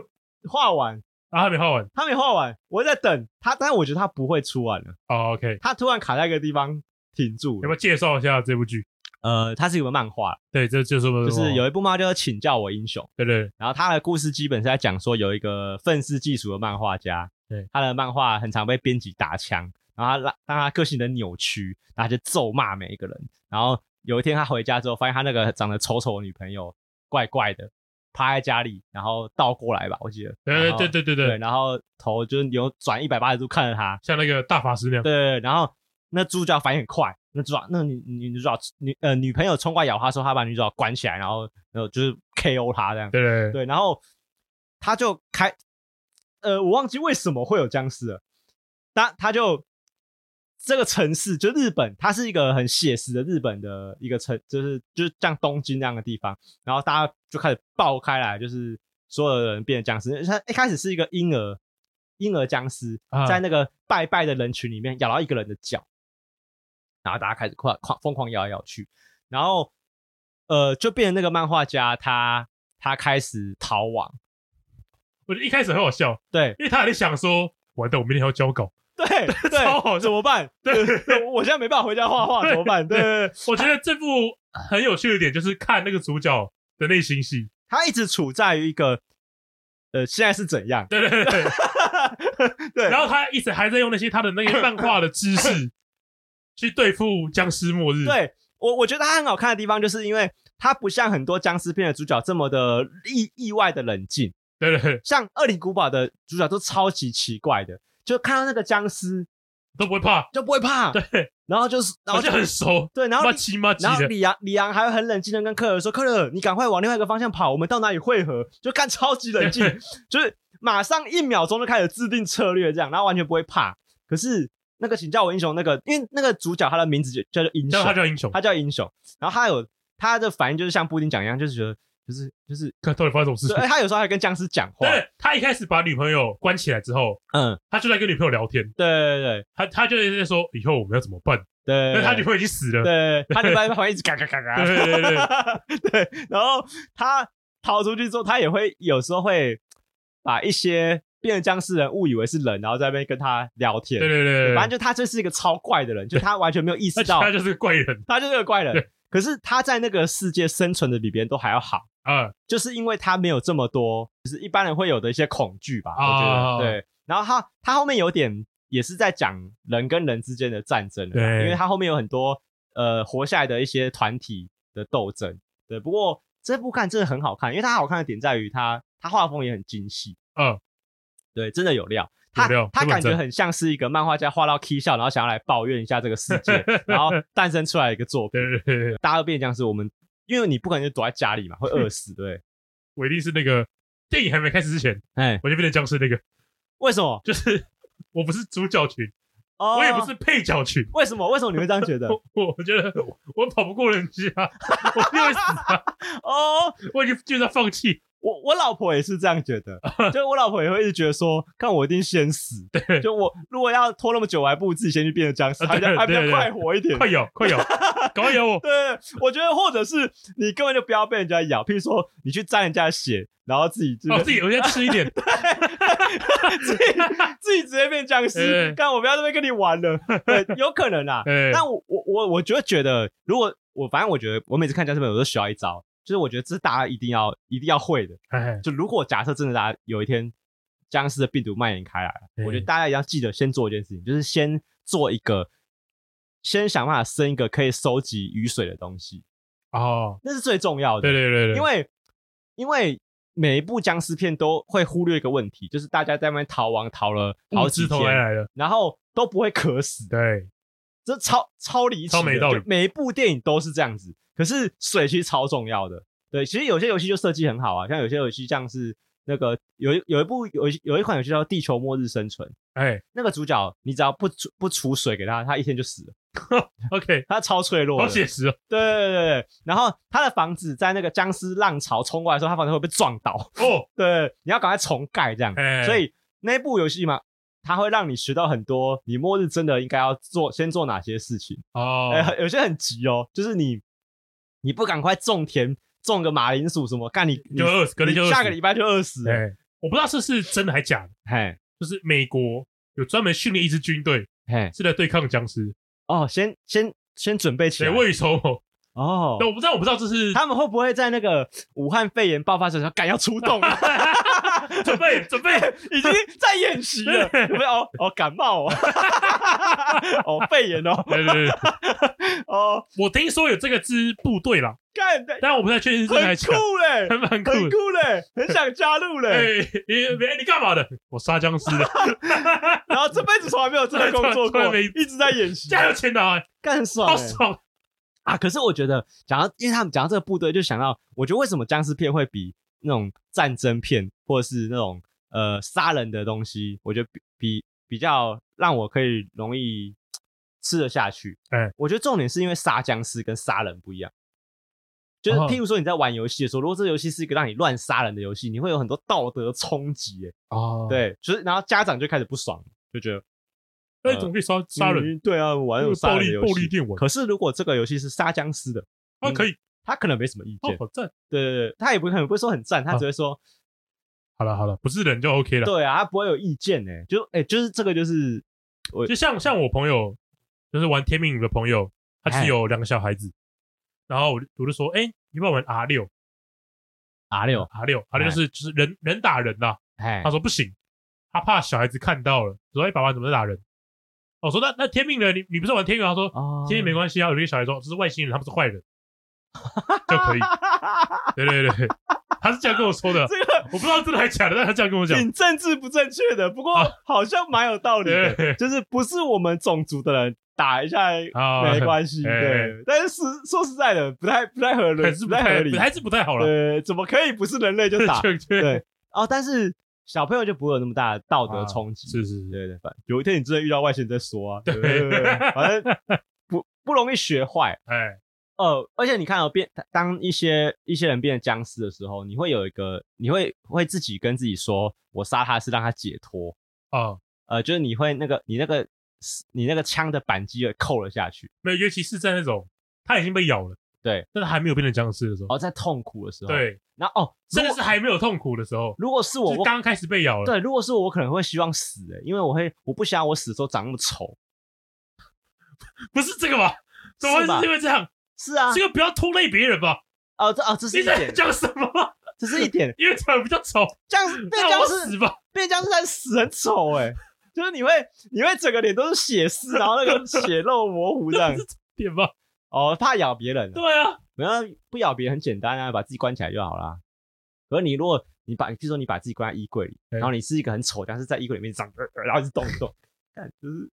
Speaker 2: 画完，
Speaker 1: 啊，还没画完。
Speaker 2: 他没画完，我在等他，但我觉得他不会出完了，
Speaker 1: 哦，OK，
Speaker 2: 他突然卡在一个地方停住
Speaker 1: 要不
Speaker 2: 了
Speaker 1: 要。介绍一下这部剧？
Speaker 2: 呃，它是一个漫画，
Speaker 1: 对，这就是我
Speaker 2: 就
Speaker 1: 们
Speaker 2: 是有一部漫画叫做《请叫我英雄》，
Speaker 1: 对对
Speaker 2: 然后它的故事基本是在讲说有一个愤世嫉俗的漫画家，
Speaker 1: 对
Speaker 2: 他的漫画很常被编辑打枪，然后他让让他个性的扭曲，然后他就咒骂每一个人。然后有一天他回家之后，发现他那个长得丑丑的女朋友怪怪的，趴在家里，然后倒过来吧，我记得。然
Speaker 1: 对
Speaker 2: 后
Speaker 1: 对对对
Speaker 2: 对，
Speaker 1: 对，
Speaker 2: 然后头就是扭转一百八十度看着他，
Speaker 1: 像那个大法师那样，
Speaker 2: 对，然后那主角反应很快，那主角那女女女主角女呃女朋友冲过来咬他的时候，他把女主角关起来，然后然后就是 KO 他这样，
Speaker 1: 对对对，
Speaker 2: 对，然后他就开，呃，我忘记为什么会有僵尸了，他他就这个城市就日本，它是一个很写实的日本的一个城，就是就是像东京那样的地方，然后大家就开始爆开来，就是所有的人变成僵尸。他一开始是一个婴儿，婴儿僵尸
Speaker 1: 啊
Speaker 2: 在那个拜拜的人群里面咬到一个人的脚，然后大家开始狂狂疯狂咬来咬去，然后呃，就变成那个漫画家他他开始逃亡，
Speaker 1: 我觉得一开始很好笑，
Speaker 2: 对
Speaker 1: 因为他还在想说，完蛋，我明天还要交稿，
Speaker 2: 对
Speaker 1: 超好笑
Speaker 2: 对，怎么办？
Speaker 1: 对
Speaker 2: 对，我现在没办法回家画画，怎么办？对对，对
Speaker 1: 我觉得这部很有趣的点就是看那个主角的内心戏，
Speaker 2: 他一直处在于一个呃，现在是怎样？
Speaker 1: 对对对，
Speaker 2: 对，
Speaker 1: 然后他一直还在用那些他的那些漫画的知 识去对付僵尸末日，
Speaker 2: 对我我觉得它很好看的地方，就是因为它不像很多僵尸片的主角这么的意意外的冷静，
Speaker 1: 对对对，
Speaker 2: 像《恶灵古堡》的主角都超级奇怪的，就看到那个僵尸
Speaker 1: 都不会怕，
Speaker 2: 就不会怕，
Speaker 1: 对，
Speaker 2: 然后就是然
Speaker 1: 然后
Speaker 2: 后
Speaker 1: 就很熟，
Speaker 2: 对，然后
Speaker 1: 妈
Speaker 2: 李
Speaker 1: 鸡妈鸡
Speaker 2: 然后
Speaker 1: 的，
Speaker 2: 李阳李阳还会很冷静的跟克尔说：“克尔，你赶快往另外一个方向跑，我们到哪里汇合？”就干超级冷静， 就是马上一秒钟就开始制定策略，这样，然后完全不会怕。可是那个请叫我英雄那个，因为那个主角他的名字就叫做英
Speaker 1: 叫
Speaker 2: 雄
Speaker 1: 他，叫英雄，
Speaker 2: 他叫英雄，然后他有他的反应就是像布丁讲一样，就是觉得就是就是，
Speaker 1: 看到底发生什么事情
Speaker 2: 对，。哎他有时候还跟僵尸讲话，
Speaker 1: 对，他一开始把女朋友关起来之后，
Speaker 2: 嗯，
Speaker 1: 他就在跟女朋友聊天，
Speaker 2: 对对对
Speaker 1: 他他就一直在说以后我们要怎么办，
Speaker 2: 对，
Speaker 1: 因为他女朋友已经死了。
Speaker 2: 对，他就在旁边一直嘎嘎嘎嘎，
Speaker 1: 对对 对
Speaker 2: 对然后他逃出去之后，他也会有时候会把一些变成僵尸人误以为是人，然后在那边跟他聊天。
Speaker 1: 对对对，
Speaker 2: 反正就他就是一个超怪的人，就他完全没有 意
Speaker 1: 他
Speaker 2: 识到
Speaker 1: 他就是个怪人
Speaker 2: 他就是个怪人
Speaker 1: 对。
Speaker 2: 可是他在那个世界生存的比别人都还要好，
Speaker 1: 啊，
Speaker 2: 就是因为他没有这么多，就是一般人会有的一些恐惧吧。我
Speaker 1: 啊
Speaker 2: 觉得对。然后他他后面有点也是在讲人跟人之间的战争了啦，
Speaker 1: 对
Speaker 2: 因为他后面有很多呃活下来的一些团体的斗争。对，不过这部看真的很好看，因为它好看的点在于它它画风也很精细，
Speaker 1: 嗯，
Speaker 2: 对，真的有料。他
Speaker 1: 有料
Speaker 2: 他
Speaker 1: 真的
Speaker 2: 感觉
Speaker 1: 真
Speaker 2: 很像是一个漫画家画到 K 笑，然后想要来抱怨一下这个世 界，然后诞生出来一个作品
Speaker 1: 对。对对，对
Speaker 2: 大家都变成僵尸，我们因为你不可能就躲在家里嘛，会饿死，对
Speaker 1: 我一定是那个电影还没开始之前，
Speaker 2: 不对？哎，
Speaker 1: 我就变成僵尸那个，
Speaker 2: 为什么？
Speaker 1: 就是我不是主角群，
Speaker 2: 哦
Speaker 1: 我也不是配角群。
Speaker 2: 为什么？为什么你会这样觉得？
Speaker 1: 我我觉得我跑不过人家，我一定会死啊！
Speaker 2: 哦，
Speaker 1: 我已经就在放弃，
Speaker 2: 我我老婆也是这样觉 得，就我老婆也会一直觉得说，看我一定先死。
Speaker 1: 嗯对
Speaker 2: 就我如果要拖那么久，我还不如自己先去变成僵尸，
Speaker 1: 啊
Speaker 2: 还比较
Speaker 1: 对
Speaker 2: 还比较
Speaker 1: 对对
Speaker 2: 快活一点。
Speaker 1: 快咬快咬，赶快咬我！
Speaker 2: 对，我觉得或者是你根本就不要被人家咬，譬如说你去沾人家的血，然后自己就
Speaker 1: 哦，自己我先吃一点，
Speaker 2: 自己自己直接变僵尸，
Speaker 1: 对
Speaker 2: 干我不要这边跟你玩 了，对，有可能啊。
Speaker 1: 对
Speaker 2: 但我我我我就觉得，如果我反正我觉得，我每次看僵尸片，我都学到一招，就是我觉得这是大家一定要一定要会的。
Speaker 1: 哎，
Speaker 2: 就如果假设真的大家有一天僵尸的病毒蔓延开来了，我觉
Speaker 1: 对
Speaker 2: 得大家一定要记得先做一件事情，就是先做一个，先想办法生一个可以收集雨水的东西，
Speaker 1: 哦，
Speaker 2: 那是最重要的。
Speaker 1: 对对对对，
Speaker 2: 因为因为每一部僵尸片都会忽略一个问题，就是大家在外面逃亡逃了好
Speaker 1: 好
Speaker 2: 几
Speaker 1: 枝头来
Speaker 2: 天，
Speaker 1: 来了，
Speaker 2: 然后都不会渴死，
Speaker 1: 对，
Speaker 2: 这超超离奇的，
Speaker 1: 超没道理
Speaker 2: 就每一部电影都是这样子，可是水其实超重要的。对，其实有些游戏就设计很好啊，像有些游戏像是那个有一有一部有一有一款游戏叫《地球末日生存》，
Speaker 1: 哎
Speaker 2: 那个主角你只要不出不储水给他，他一天就死了，
Speaker 1: ，OK，
Speaker 2: 他超脆弱
Speaker 1: 好
Speaker 2: 的。
Speaker 1: 写实哦，
Speaker 2: 对对对对对，然后他的房子在那个僵尸浪潮冲过来的时候，他房子会被撞倒。
Speaker 1: 哦，
Speaker 2: 对，你要赶快重盖这样。
Speaker 1: 哎
Speaker 2: 所以那部游戏嘛，它会让你学到很多，你末日真的应该要做先做哪些事情。
Speaker 1: 哦，
Speaker 2: 哎、有些很急哦，就是你你不赶快种田，种个马铃薯什么，干你你
Speaker 1: 就饿死，隔天
Speaker 2: 你
Speaker 1: 就饿死
Speaker 2: 下个礼拜就饿死了。
Speaker 1: 哎，我不知道这是真的还假的，
Speaker 2: 嘿，
Speaker 1: 就是美国有专门训练一支军队
Speaker 2: 嘿，
Speaker 1: 是来对抗僵尸，
Speaker 2: 哦，先先先准备起
Speaker 1: 谁
Speaker 2: 来
Speaker 1: 未雨绸缪，
Speaker 2: 哦
Speaker 1: 但。我不知道，我不知道这是
Speaker 2: 他们会不会在那个武汉肺炎爆发的时候赶要出动啊？
Speaker 1: 准备准备，
Speaker 2: 已经在演习 了，
Speaker 1: 对
Speaker 2: 有没有？哦哦，感冒哦， 哦肺炎哦，
Speaker 1: 对对对，
Speaker 2: 哦，
Speaker 1: 我听说有这个支部队啦，
Speaker 2: 干的
Speaker 1: 但我不太确定是真的还
Speaker 2: 很
Speaker 1: 是假
Speaker 2: 酷欸
Speaker 1: 的，
Speaker 2: 嘞，
Speaker 1: 啊还蛮酷
Speaker 2: 很
Speaker 1: 的。
Speaker 2: 酷嘞，很想加入
Speaker 1: 哎
Speaker 2: 嘞。，
Speaker 1: 你别你干嘛的？我杀僵尸 的，
Speaker 2: 然后这辈子从来没有这个工作
Speaker 1: 从来
Speaker 2: 过，
Speaker 1: 没
Speaker 2: 一直在演习，
Speaker 1: 加油钱拿，
Speaker 2: 干很爽
Speaker 1: 好
Speaker 2: 欸
Speaker 1: 爽！
Speaker 2: 啊！可是我觉得讲到，因为他们讲到这个部队，就想到，我觉得为什么僵尸片会比那种战争片或者是那种呃杀人的东西，我觉得比比比较让我可以容易吃得下去。
Speaker 1: 哎
Speaker 2: 我觉得重点是因为杀僵尸跟杀人不一样。就是
Speaker 1: 哦
Speaker 2: 譬如说你在玩游戏的时候，如果这个游戏是一个让你乱杀人的游戏，你会有很多道德冲击，哎
Speaker 1: 哦，
Speaker 2: 对，就是然后家长就开始不爽，就觉得
Speaker 1: 那你怎么可以哎杀杀人？
Speaker 2: 嗯对啊，
Speaker 1: 因
Speaker 2: 玩那
Speaker 1: 为
Speaker 2: 种杀
Speaker 1: 暴
Speaker 2: 人的
Speaker 1: 力
Speaker 2: 游
Speaker 1: 暴
Speaker 2: 戏
Speaker 1: 力电玩，
Speaker 2: 可是如果这个游戏是杀僵尸的，
Speaker 1: 啊，可以，
Speaker 2: 他可能没什么意
Speaker 1: 哦
Speaker 2: 见，。
Speaker 1: 好赞。
Speaker 2: 对对对，他也不可能不会说很赞，他只会说、
Speaker 1: 好了好了，不是人就 OK 了。
Speaker 2: 对啊，他不会有意见呢、就哎、就是这个就是
Speaker 1: 就像像我朋友，就是玩天命的朋友，他
Speaker 2: 哎
Speaker 1: 是有两个小孩子，然后我就我就说，哎，你要不要玩 R 六
Speaker 2: R 六，
Speaker 1: ？R 啊六 R 六
Speaker 2: 哎
Speaker 1: 就是就是人人打人呐。
Speaker 2: 哎
Speaker 1: 他，说不行，他怕小孩子看到了，说哎，爸爸怎么在打人？我说那那天命人，你你不是玩天命？他说
Speaker 2: 哦
Speaker 1: 天命没关系啊，有些小孩说这是外星人，他们是坏人，就可以。对对对，对他是这样跟我说的，
Speaker 2: 这个
Speaker 1: 我不知道真的还假的，但他这样跟我讲。
Speaker 2: 挺政治不正确的，不过
Speaker 1: 啊
Speaker 2: 好像蛮有道理的，
Speaker 1: 对
Speaker 2: 就是不是我们种族的人打一下
Speaker 1: 啊，
Speaker 2: 没关 系，
Speaker 1: 哎
Speaker 2: 对，但是说实在的，不太不太合理，
Speaker 1: 还是
Speaker 2: 不
Speaker 1: 不太
Speaker 2: 合理，
Speaker 1: 还是不太好了。
Speaker 2: 对，怎么可以不是 人类就打？
Speaker 1: 确确
Speaker 2: 对哦，但是小朋友就不会有那么大的道德冲击。
Speaker 1: 啊是是是，
Speaker 2: 对对，反有一天你真的遇到外星人再说啊。
Speaker 1: 对
Speaker 2: 对对，对反正不不容易学坏。
Speaker 1: 哎，
Speaker 2: 呃，而且你看哦，变当一些一些人变成僵尸的时候，你会有一个，你会会自己跟自己说，我杀他是让他解脱。
Speaker 1: 哦，
Speaker 2: 呃，就是你会那个你那个你那个枪的扳机也扣了下去，
Speaker 1: 没有，尤其是在那种他已经被咬了，
Speaker 2: 对，
Speaker 1: 但他还没有变成僵尸的时
Speaker 2: 然
Speaker 1: 候，
Speaker 2: 后在痛苦的时候，，
Speaker 1: 对，
Speaker 2: 然后哦，如
Speaker 1: 甚至
Speaker 2: 果
Speaker 1: 是还没有痛苦的时候，
Speaker 2: 如果是我，
Speaker 1: 就是
Speaker 2: 我
Speaker 1: 刚开始被咬了，
Speaker 2: 对，如果是我，我可能会希望死、欸，因为我会我不想我死的时候长那么丑。
Speaker 1: 不是这个吧？怎么
Speaker 2: 是吧
Speaker 1: 会是因为这样？
Speaker 2: 是啊，
Speaker 1: 这个不要拖累别人吧？
Speaker 2: 哦，这哦，这是
Speaker 1: 你
Speaker 2: 一
Speaker 1: 在
Speaker 2: 点，
Speaker 1: 讲什么？
Speaker 2: 这是一 点。
Speaker 1: 因为长得比较丑，
Speaker 2: 僵尸变
Speaker 1: 那
Speaker 2: 僵
Speaker 1: 我
Speaker 2: 尸
Speaker 1: 死吧。
Speaker 2: 变僵尸，但死很丑哎、 就是你会你会整个脸都是血丝，然后 那个血肉模糊这样
Speaker 1: 这。是重点吧？
Speaker 2: 哦，怕咬别人、啊，
Speaker 1: 对啊，
Speaker 2: 没有不咬别人很简单啊，把自己关起来就好啦。可是你如果你把，譬如说你把自己关在衣柜里，
Speaker 1: 对
Speaker 2: 然后你是一个很丑，但是在衣柜里面长，呃呃然后一直动一直动，看就是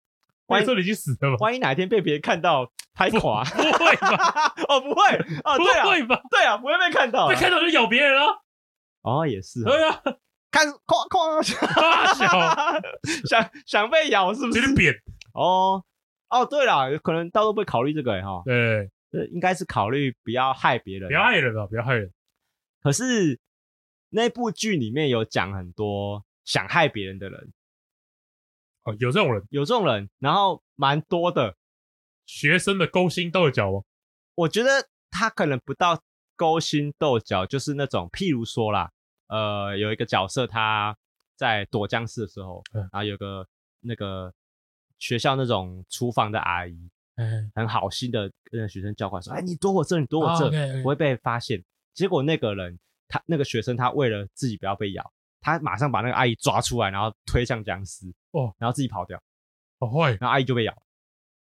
Speaker 1: 那
Speaker 2: 万
Speaker 1: 个
Speaker 2: 一
Speaker 1: 时候你已经死了吧？
Speaker 2: 万一哪一天被别人看到拍垮，
Speaker 1: 不会吧？
Speaker 2: 哦不会，哦
Speaker 1: 不
Speaker 2: 对啊
Speaker 1: 会吧？
Speaker 2: 对啊，不会被看到啊
Speaker 1: 被，看到就咬别人啊？
Speaker 2: 哦也是啊，
Speaker 1: 对 啊，
Speaker 2: 看哐哐，
Speaker 1: 大小
Speaker 2: 哦 想想被咬是不
Speaker 1: 有
Speaker 2: 是？
Speaker 1: 点扁。
Speaker 2: 哦哦，对了，可能到时候会考虑这个欸哈，
Speaker 1: 对，
Speaker 2: 这应该是考虑不要害别人
Speaker 1: 不。要害人啊，不要害人。
Speaker 2: 可是那部剧里面有讲很多想害别人的人，
Speaker 1: 哦，有这种人，
Speaker 2: 有这种人，然后蛮多的。
Speaker 1: 学生的勾心斗角哦。
Speaker 2: 我觉得他可能不到勾心斗角，就是那种譬如说啦，呃，有一个角色他在躲僵尸的时候，
Speaker 1: 嗯
Speaker 2: 然后有个那个学校那种厨房的阿姨，
Speaker 1: 哎，
Speaker 2: 很好心的跟学生交换说：“哎，你躲我这，你躲我
Speaker 1: 哦
Speaker 2: 这，
Speaker 1: ，OK，OK
Speaker 2: 不会被发现。”结果那个人，他那个学生，他为了自己不要被咬，他马上把那个阿姨抓出来，然后推向僵尸，
Speaker 1: 哦，
Speaker 2: 然后自己跑掉，
Speaker 1: 好哦坏，
Speaker 2: 然后阿姨就被咬了。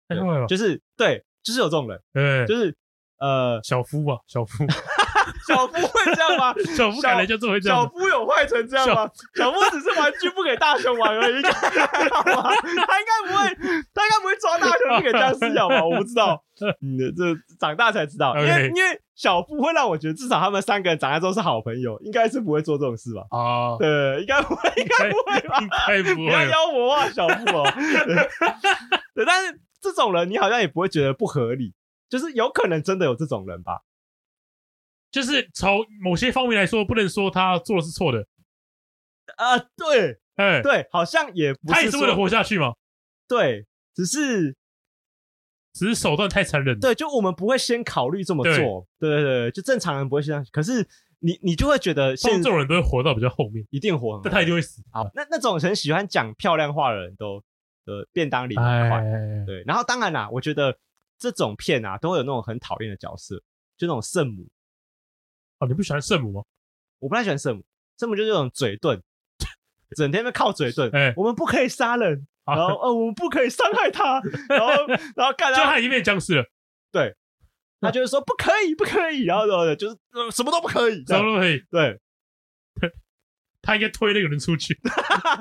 Speaker 1: 太
Speaker 2: 对
Speaker 1: 坏了，
Speaker 2: 就是对，就是有这种人，
Speaker 1: 哎，
Speaker 2: 就是呃，
Speaker 1: 小夫啊，小夫，
Speaker 2: 小夫会这样吗？
Speaker 1: 小夫感觉就是会这
Speaker 2: 小
Speaker 1: 样，
Speaker 2: 夫有坏成这样吗？小夫只是玩具不给大雄玩而已，应该还好吧？ 他应该不会，他应该不会抓大雄不给僵尸咬吧？我不知道，嗯，这长大才知道，因
Speaker 1: OK
Speaker 2: 为因为小夫会让我觉得至少他们三个人长大之后是好朋友，应该是不会做这种事吧？
Speaker 1: 啊，
Speaker 2: 对，应该不会，应该不会吧？
Speaker 1: 应该不
Speaker 2: 不
Speaker 1: 会啊
Speaker 2: 要
Speaker 1: 了，
Speaker 2: 妖魔化小夫哦。 对对，但是这种人你好像也不会觉得不合理，就是有可能真的有这种人吧？
Speaker 1: 就是从某些方面来说，不能说他做的是错的，
Speaker 2: 啊、对
Speaker 1: 哎，
Speaker 2: 对，好像也不
Speaker 1: 他也是为了
Speaker 2: 说
Speaker 1: 活下去嘛，
Speaker 2: 对，只是
Speaker 1: 只是手段太残忍了，
Speaker 2: 对，就我们不会先考虑这么
Speaker 1: 对
Speaker 2: 做，对对对，就正常人不会先这样。可是你你就会觉得
Speaker 1: 通
Speaker 2: 现
Speaker 1: 常这种人都会活到比较后面，
Speaker 2: 一定活很
Speaker 1: 但他一定会死，
Speaker 2: 好，那那种很喜欢讲漂亮话的人都呃便当里很快，
Speaker 1: 哎，
Speaker 2: 对。然后当然啦，我觉得这种片啊都会有那种很讨厌的角色，就那种圣母，
Speaker 1: 哦，你不喜欢圣母吗？
Speaker 2: 我不太喜欢圣母，圣母就是那种嘴遁， 整天都靠嘴遁，
Speaker 1: 哎
Speaker 2: 我们不可以杀 人。然后，
Speaker 1: 啊，
Speaker 2: 呃，我们不可以伤害他，然后，然后干
Speaker 1: 就
Speaker 2: 他，
Speaker 1: 他已经变僵尸了，
Speaker 2: 他就是说不可以，不可以，然后，然后就是、呃、什么都不可以，这
Speaker 1: 什
Speaker 2: 样
Speaker 1: 么都可以，
Speaker 2: 对，
Speaker 1: 他应该推那个人出 去，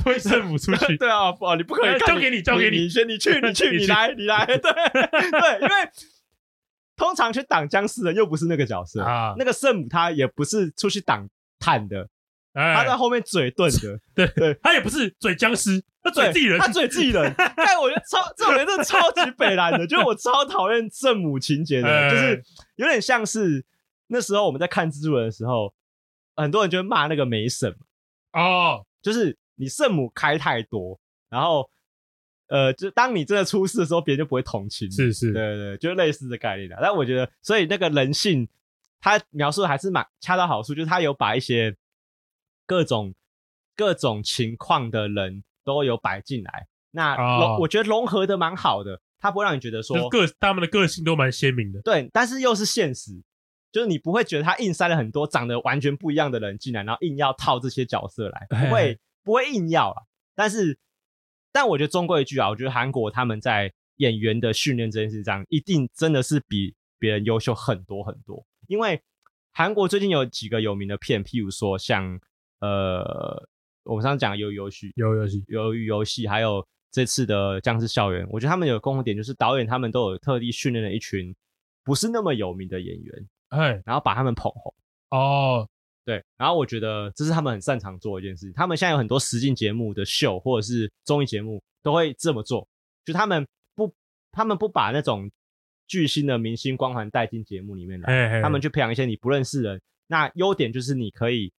Speaker 1: 推圣母出去，
Speaker 2: 对啊，不啊，你不可以
Speaker 1: 哎
Speaker 2: 干
Speaker 1: 交给你交给
Speaker 2: 你，
Speaker 1: 你
Speaker 2: 先，你去，你去，
Speaker 1: 你
Speaker 2: 你
Speaker 1: 去
Speaker 2: 来，你来，对 对，因为通常去挡僵尸的又不是那个角色，
Speaker 1: 啊，
Speaker 2: 那个圣母她也不是出去挡探的，她
Speaker 1: 哎
Speaker 2: 在，后面嘴遁的，
Speaker 1: 他也不是嘴僵尸，他
Speaker 2: 对
Speaker 1: 嘴自己人，
Speaker 2: 她嘴自 己人。但我觉得超这种人真的超级北蓝的，就是我超讨厌圣母情节的，
Speaker 1: 哎
Speaker 2: 就是有点像是那时候我们在看蜘蛛人的时候，很多人就会骂那个梅婶。
Speaker 1: 哦，
Speaker 2: 就是你圣母开太多，然后呃，就当你真的出事的时候，别人就不会同情你。
Speaker 1: 是是
Speaker 2: 对，对对，就是类似的概念的。啊但我觉得，所以那个人性，他描述的还是蛮恰到好处，就是他有把一些各种各种情况的人都有摆进来。那
Speaker 1: 哦
Speaker 2: 融、我觉得融合的蛮好的，他不会让你觉得说
Speaker 1: 就是个他们的个性都蛮鲜明的，
Speaker 2: 对，但是又是现实，就是你不会觉得他硬塞了很多长得完全不一样的人进来，然后硬要套这些角色来，不
Speaker 1: 哎
Speaker 2: 会不会硬要啦。但是，但我觉得中规一矩啊，我觉得韩国他们在演员的训练这件事上，一定真的是比别人优秀很多很多。因为韩国最近有几个有名的片，譬如说像呃，我们上次讲的鱿鱼游戏，
Speaker 1: 有游戏，
Speaker 2: 鱿鱼游戏，还有这次的《僵尸校园》，我觉得他们有共同点，就是导演他们都有特地训练了一群不是那么有名的演员，
Speaker 1: 哎，
Speaker 2: 然后把他们捧红。
Speaker 1: 哦，
Speaker 2: 对，然后我觉得这是他们很擅长做的一件事情。他们现在有很多实境节目的秀或者是综艺节目都会这么做，就他们不，他们不把那种巨星的明星光环带进节目里面来，
Speaker 1: 哎，
Speaker 2: 他们去培养一些你不认识的人。那优点就是你可以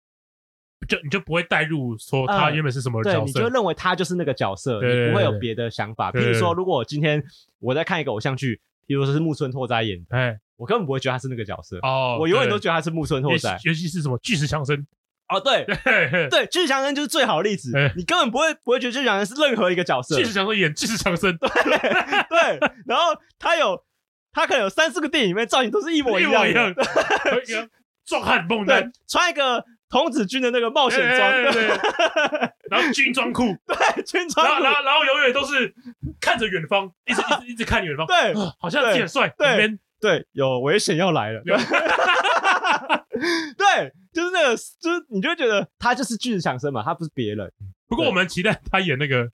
Speaker 1: 就你就不会带入说他原本是什么
Speaker 2: 嗯对，
Speaker 1: 角
Speaker 2: 你就
Speaker 1: 色，
Speaker 2: 认为他就是那个角色，
Speaker 1: 对对
Speaker 2: 你不会有
Speaker 1: 对
Speaker 2: 别的想法。
Speaker 1: 对
Speaker 2: 譬
Speaker 1: 对
Speaker 2: 如说，
Speaker 1: 对
Speaker 2: 如果我今天我在看一个偶像剧，譬如说是木村拓哉演的，
Speaker 1: 哎，
Speaker 2: 我根本不会觉得他是那个角色，
Speaker 1: 哦，
Speaker 2: 我永远
Speaker 1: 对
Speaker 2: 都觉得他是木村拓
Speaker 1: 尤
Speaker 2: 哉。
Speaker 1: 其尤其是什么巨石强森，
Speaker 2: 哦，对
Speaker 1: 嘿嘿
Speaker 2: 对，巨石强 森就是最好的例子
Speaker 1: 哎，
Speaker 2: 你根本不会不会觉得巨石强森是任何一个角 色
Speaker 1: 巨。石强森演巨石强森，
Speaker 2: 对，然后他有他可能有三四个电影里面造型都是一模
Speaker 1: 一模
Speaker 2: 样
Speaker 1: 一
Speaker 2: 的
Speaker 1: 样，， 一个壮汉猛
Speaker 2: 对
Speaker 1: 男，，
Speaker 2: 穿一个童子军的那个冒险装，
Speaker 1: 哎哎 对，
Speaker 2: 对，
Speaker 1: 然后军装裤，
Speaker 2: 军
Speaker 1: 然
Speaker 2: 装
Speaker 1: 后
Speaker 2: 裤
Speaker 1: 然，后然后永远都是看着远方，一直一直一直看远方，
Speaker 2: 对，
Speaker 1: 啊好像自己很帅，
Speaker 2: 对
Speaker 1: 很 man
Speaker 2: 对，有危险要来了。
Speaker 1: 有
Speaker 2: 对，就是那个，就是你就会觉得他就是巨石强森嘛，他不是别人。
Speaker 1: 不过我们期待他演那个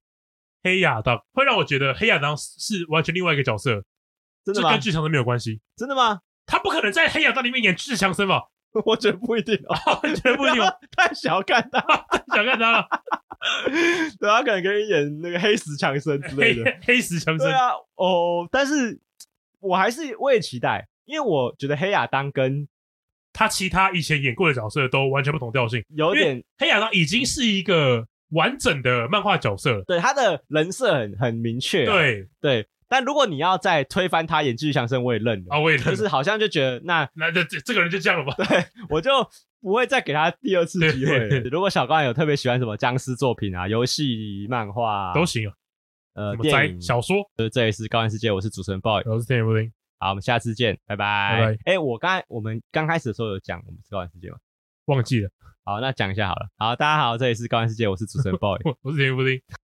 Speaker 1: 黑亚当，会让我觉得黑亚当是完全另外一个角色，
Speaker 2: 真的
Speaker 1: 这
Speaker 2: 吗
Speaker 1: 跟？巨强森没有关系。
Speaker 2: 真的吗？
Speaker 1: 他不可能在黑亚当里面演巨强森吧？
Speaker 2: 我觉得不一定哦，
Speaker 1: 完全 不一定，我
Speaker 2: 太小看他，
Speaker 1: 想看他了。
Speaker 2: 对他可能可以演那个黑石强森之类
Speaker 1: 黑
Speaker 2: 的。
Speaker 1: 黑石强
Speaker 2: 对
Speaker 1: 森，
Speaker 2: 啊，哦，但是我还是我也期待，因为我觉得黑亚当跟
Speaker 1: 他其他以前演过的角色都完全不同调性。
Speaker 2: 有
Speaker 1: 因为
Speaker 2: 点
Speaker 1: 黑亚当已经是一个完整的漫画角色了，
Speaker 2: 对他的人设很很明确啊、
Speaker 1: 对
Speaker 2: 对。但如果你要再推翻他演巨石强森，我也认了，
Speaker 1: 啊，我也
Speaker 2: 就
Speaker 1: 认
Speaker 2: 是啊
Speaker 1: 了。
Speaker 2: 好像就觉得那
Speaker 1: 那 这这这个人就这样了吧？
Speaker 2: 我就不会再给他第二次机会了
Speaker 1: 对。
Speaker 2: 如果小高有特别喜欢什么僵尸作品啊、游戏、漫画、啊、
Speaker 1: 都行啊，
Speaker 2: 呃
Speaker 1: 什么
Speaker 2: 电
Speaker 1: 灾
Speaker 2: 影，
Speaker 1: 小说，呃
Speaker 2: 就是这里是高玩世界，我是主持人 boy。
Speaker 1: 我是电影布丁，
Speaker 2: 好，我们下次见，拜
Speaker 1: 拜
Speaker 2: 拜。哎，我刚才我们刚开始的时候有讲我们是高玩世界吗？
Speaker 1: 忘记了。
Speaker 2: 好，那讲一下好了。好，大家好，这里是高玩世界，我是主持人 boy。
Speaker 1: 我我是田馥甄，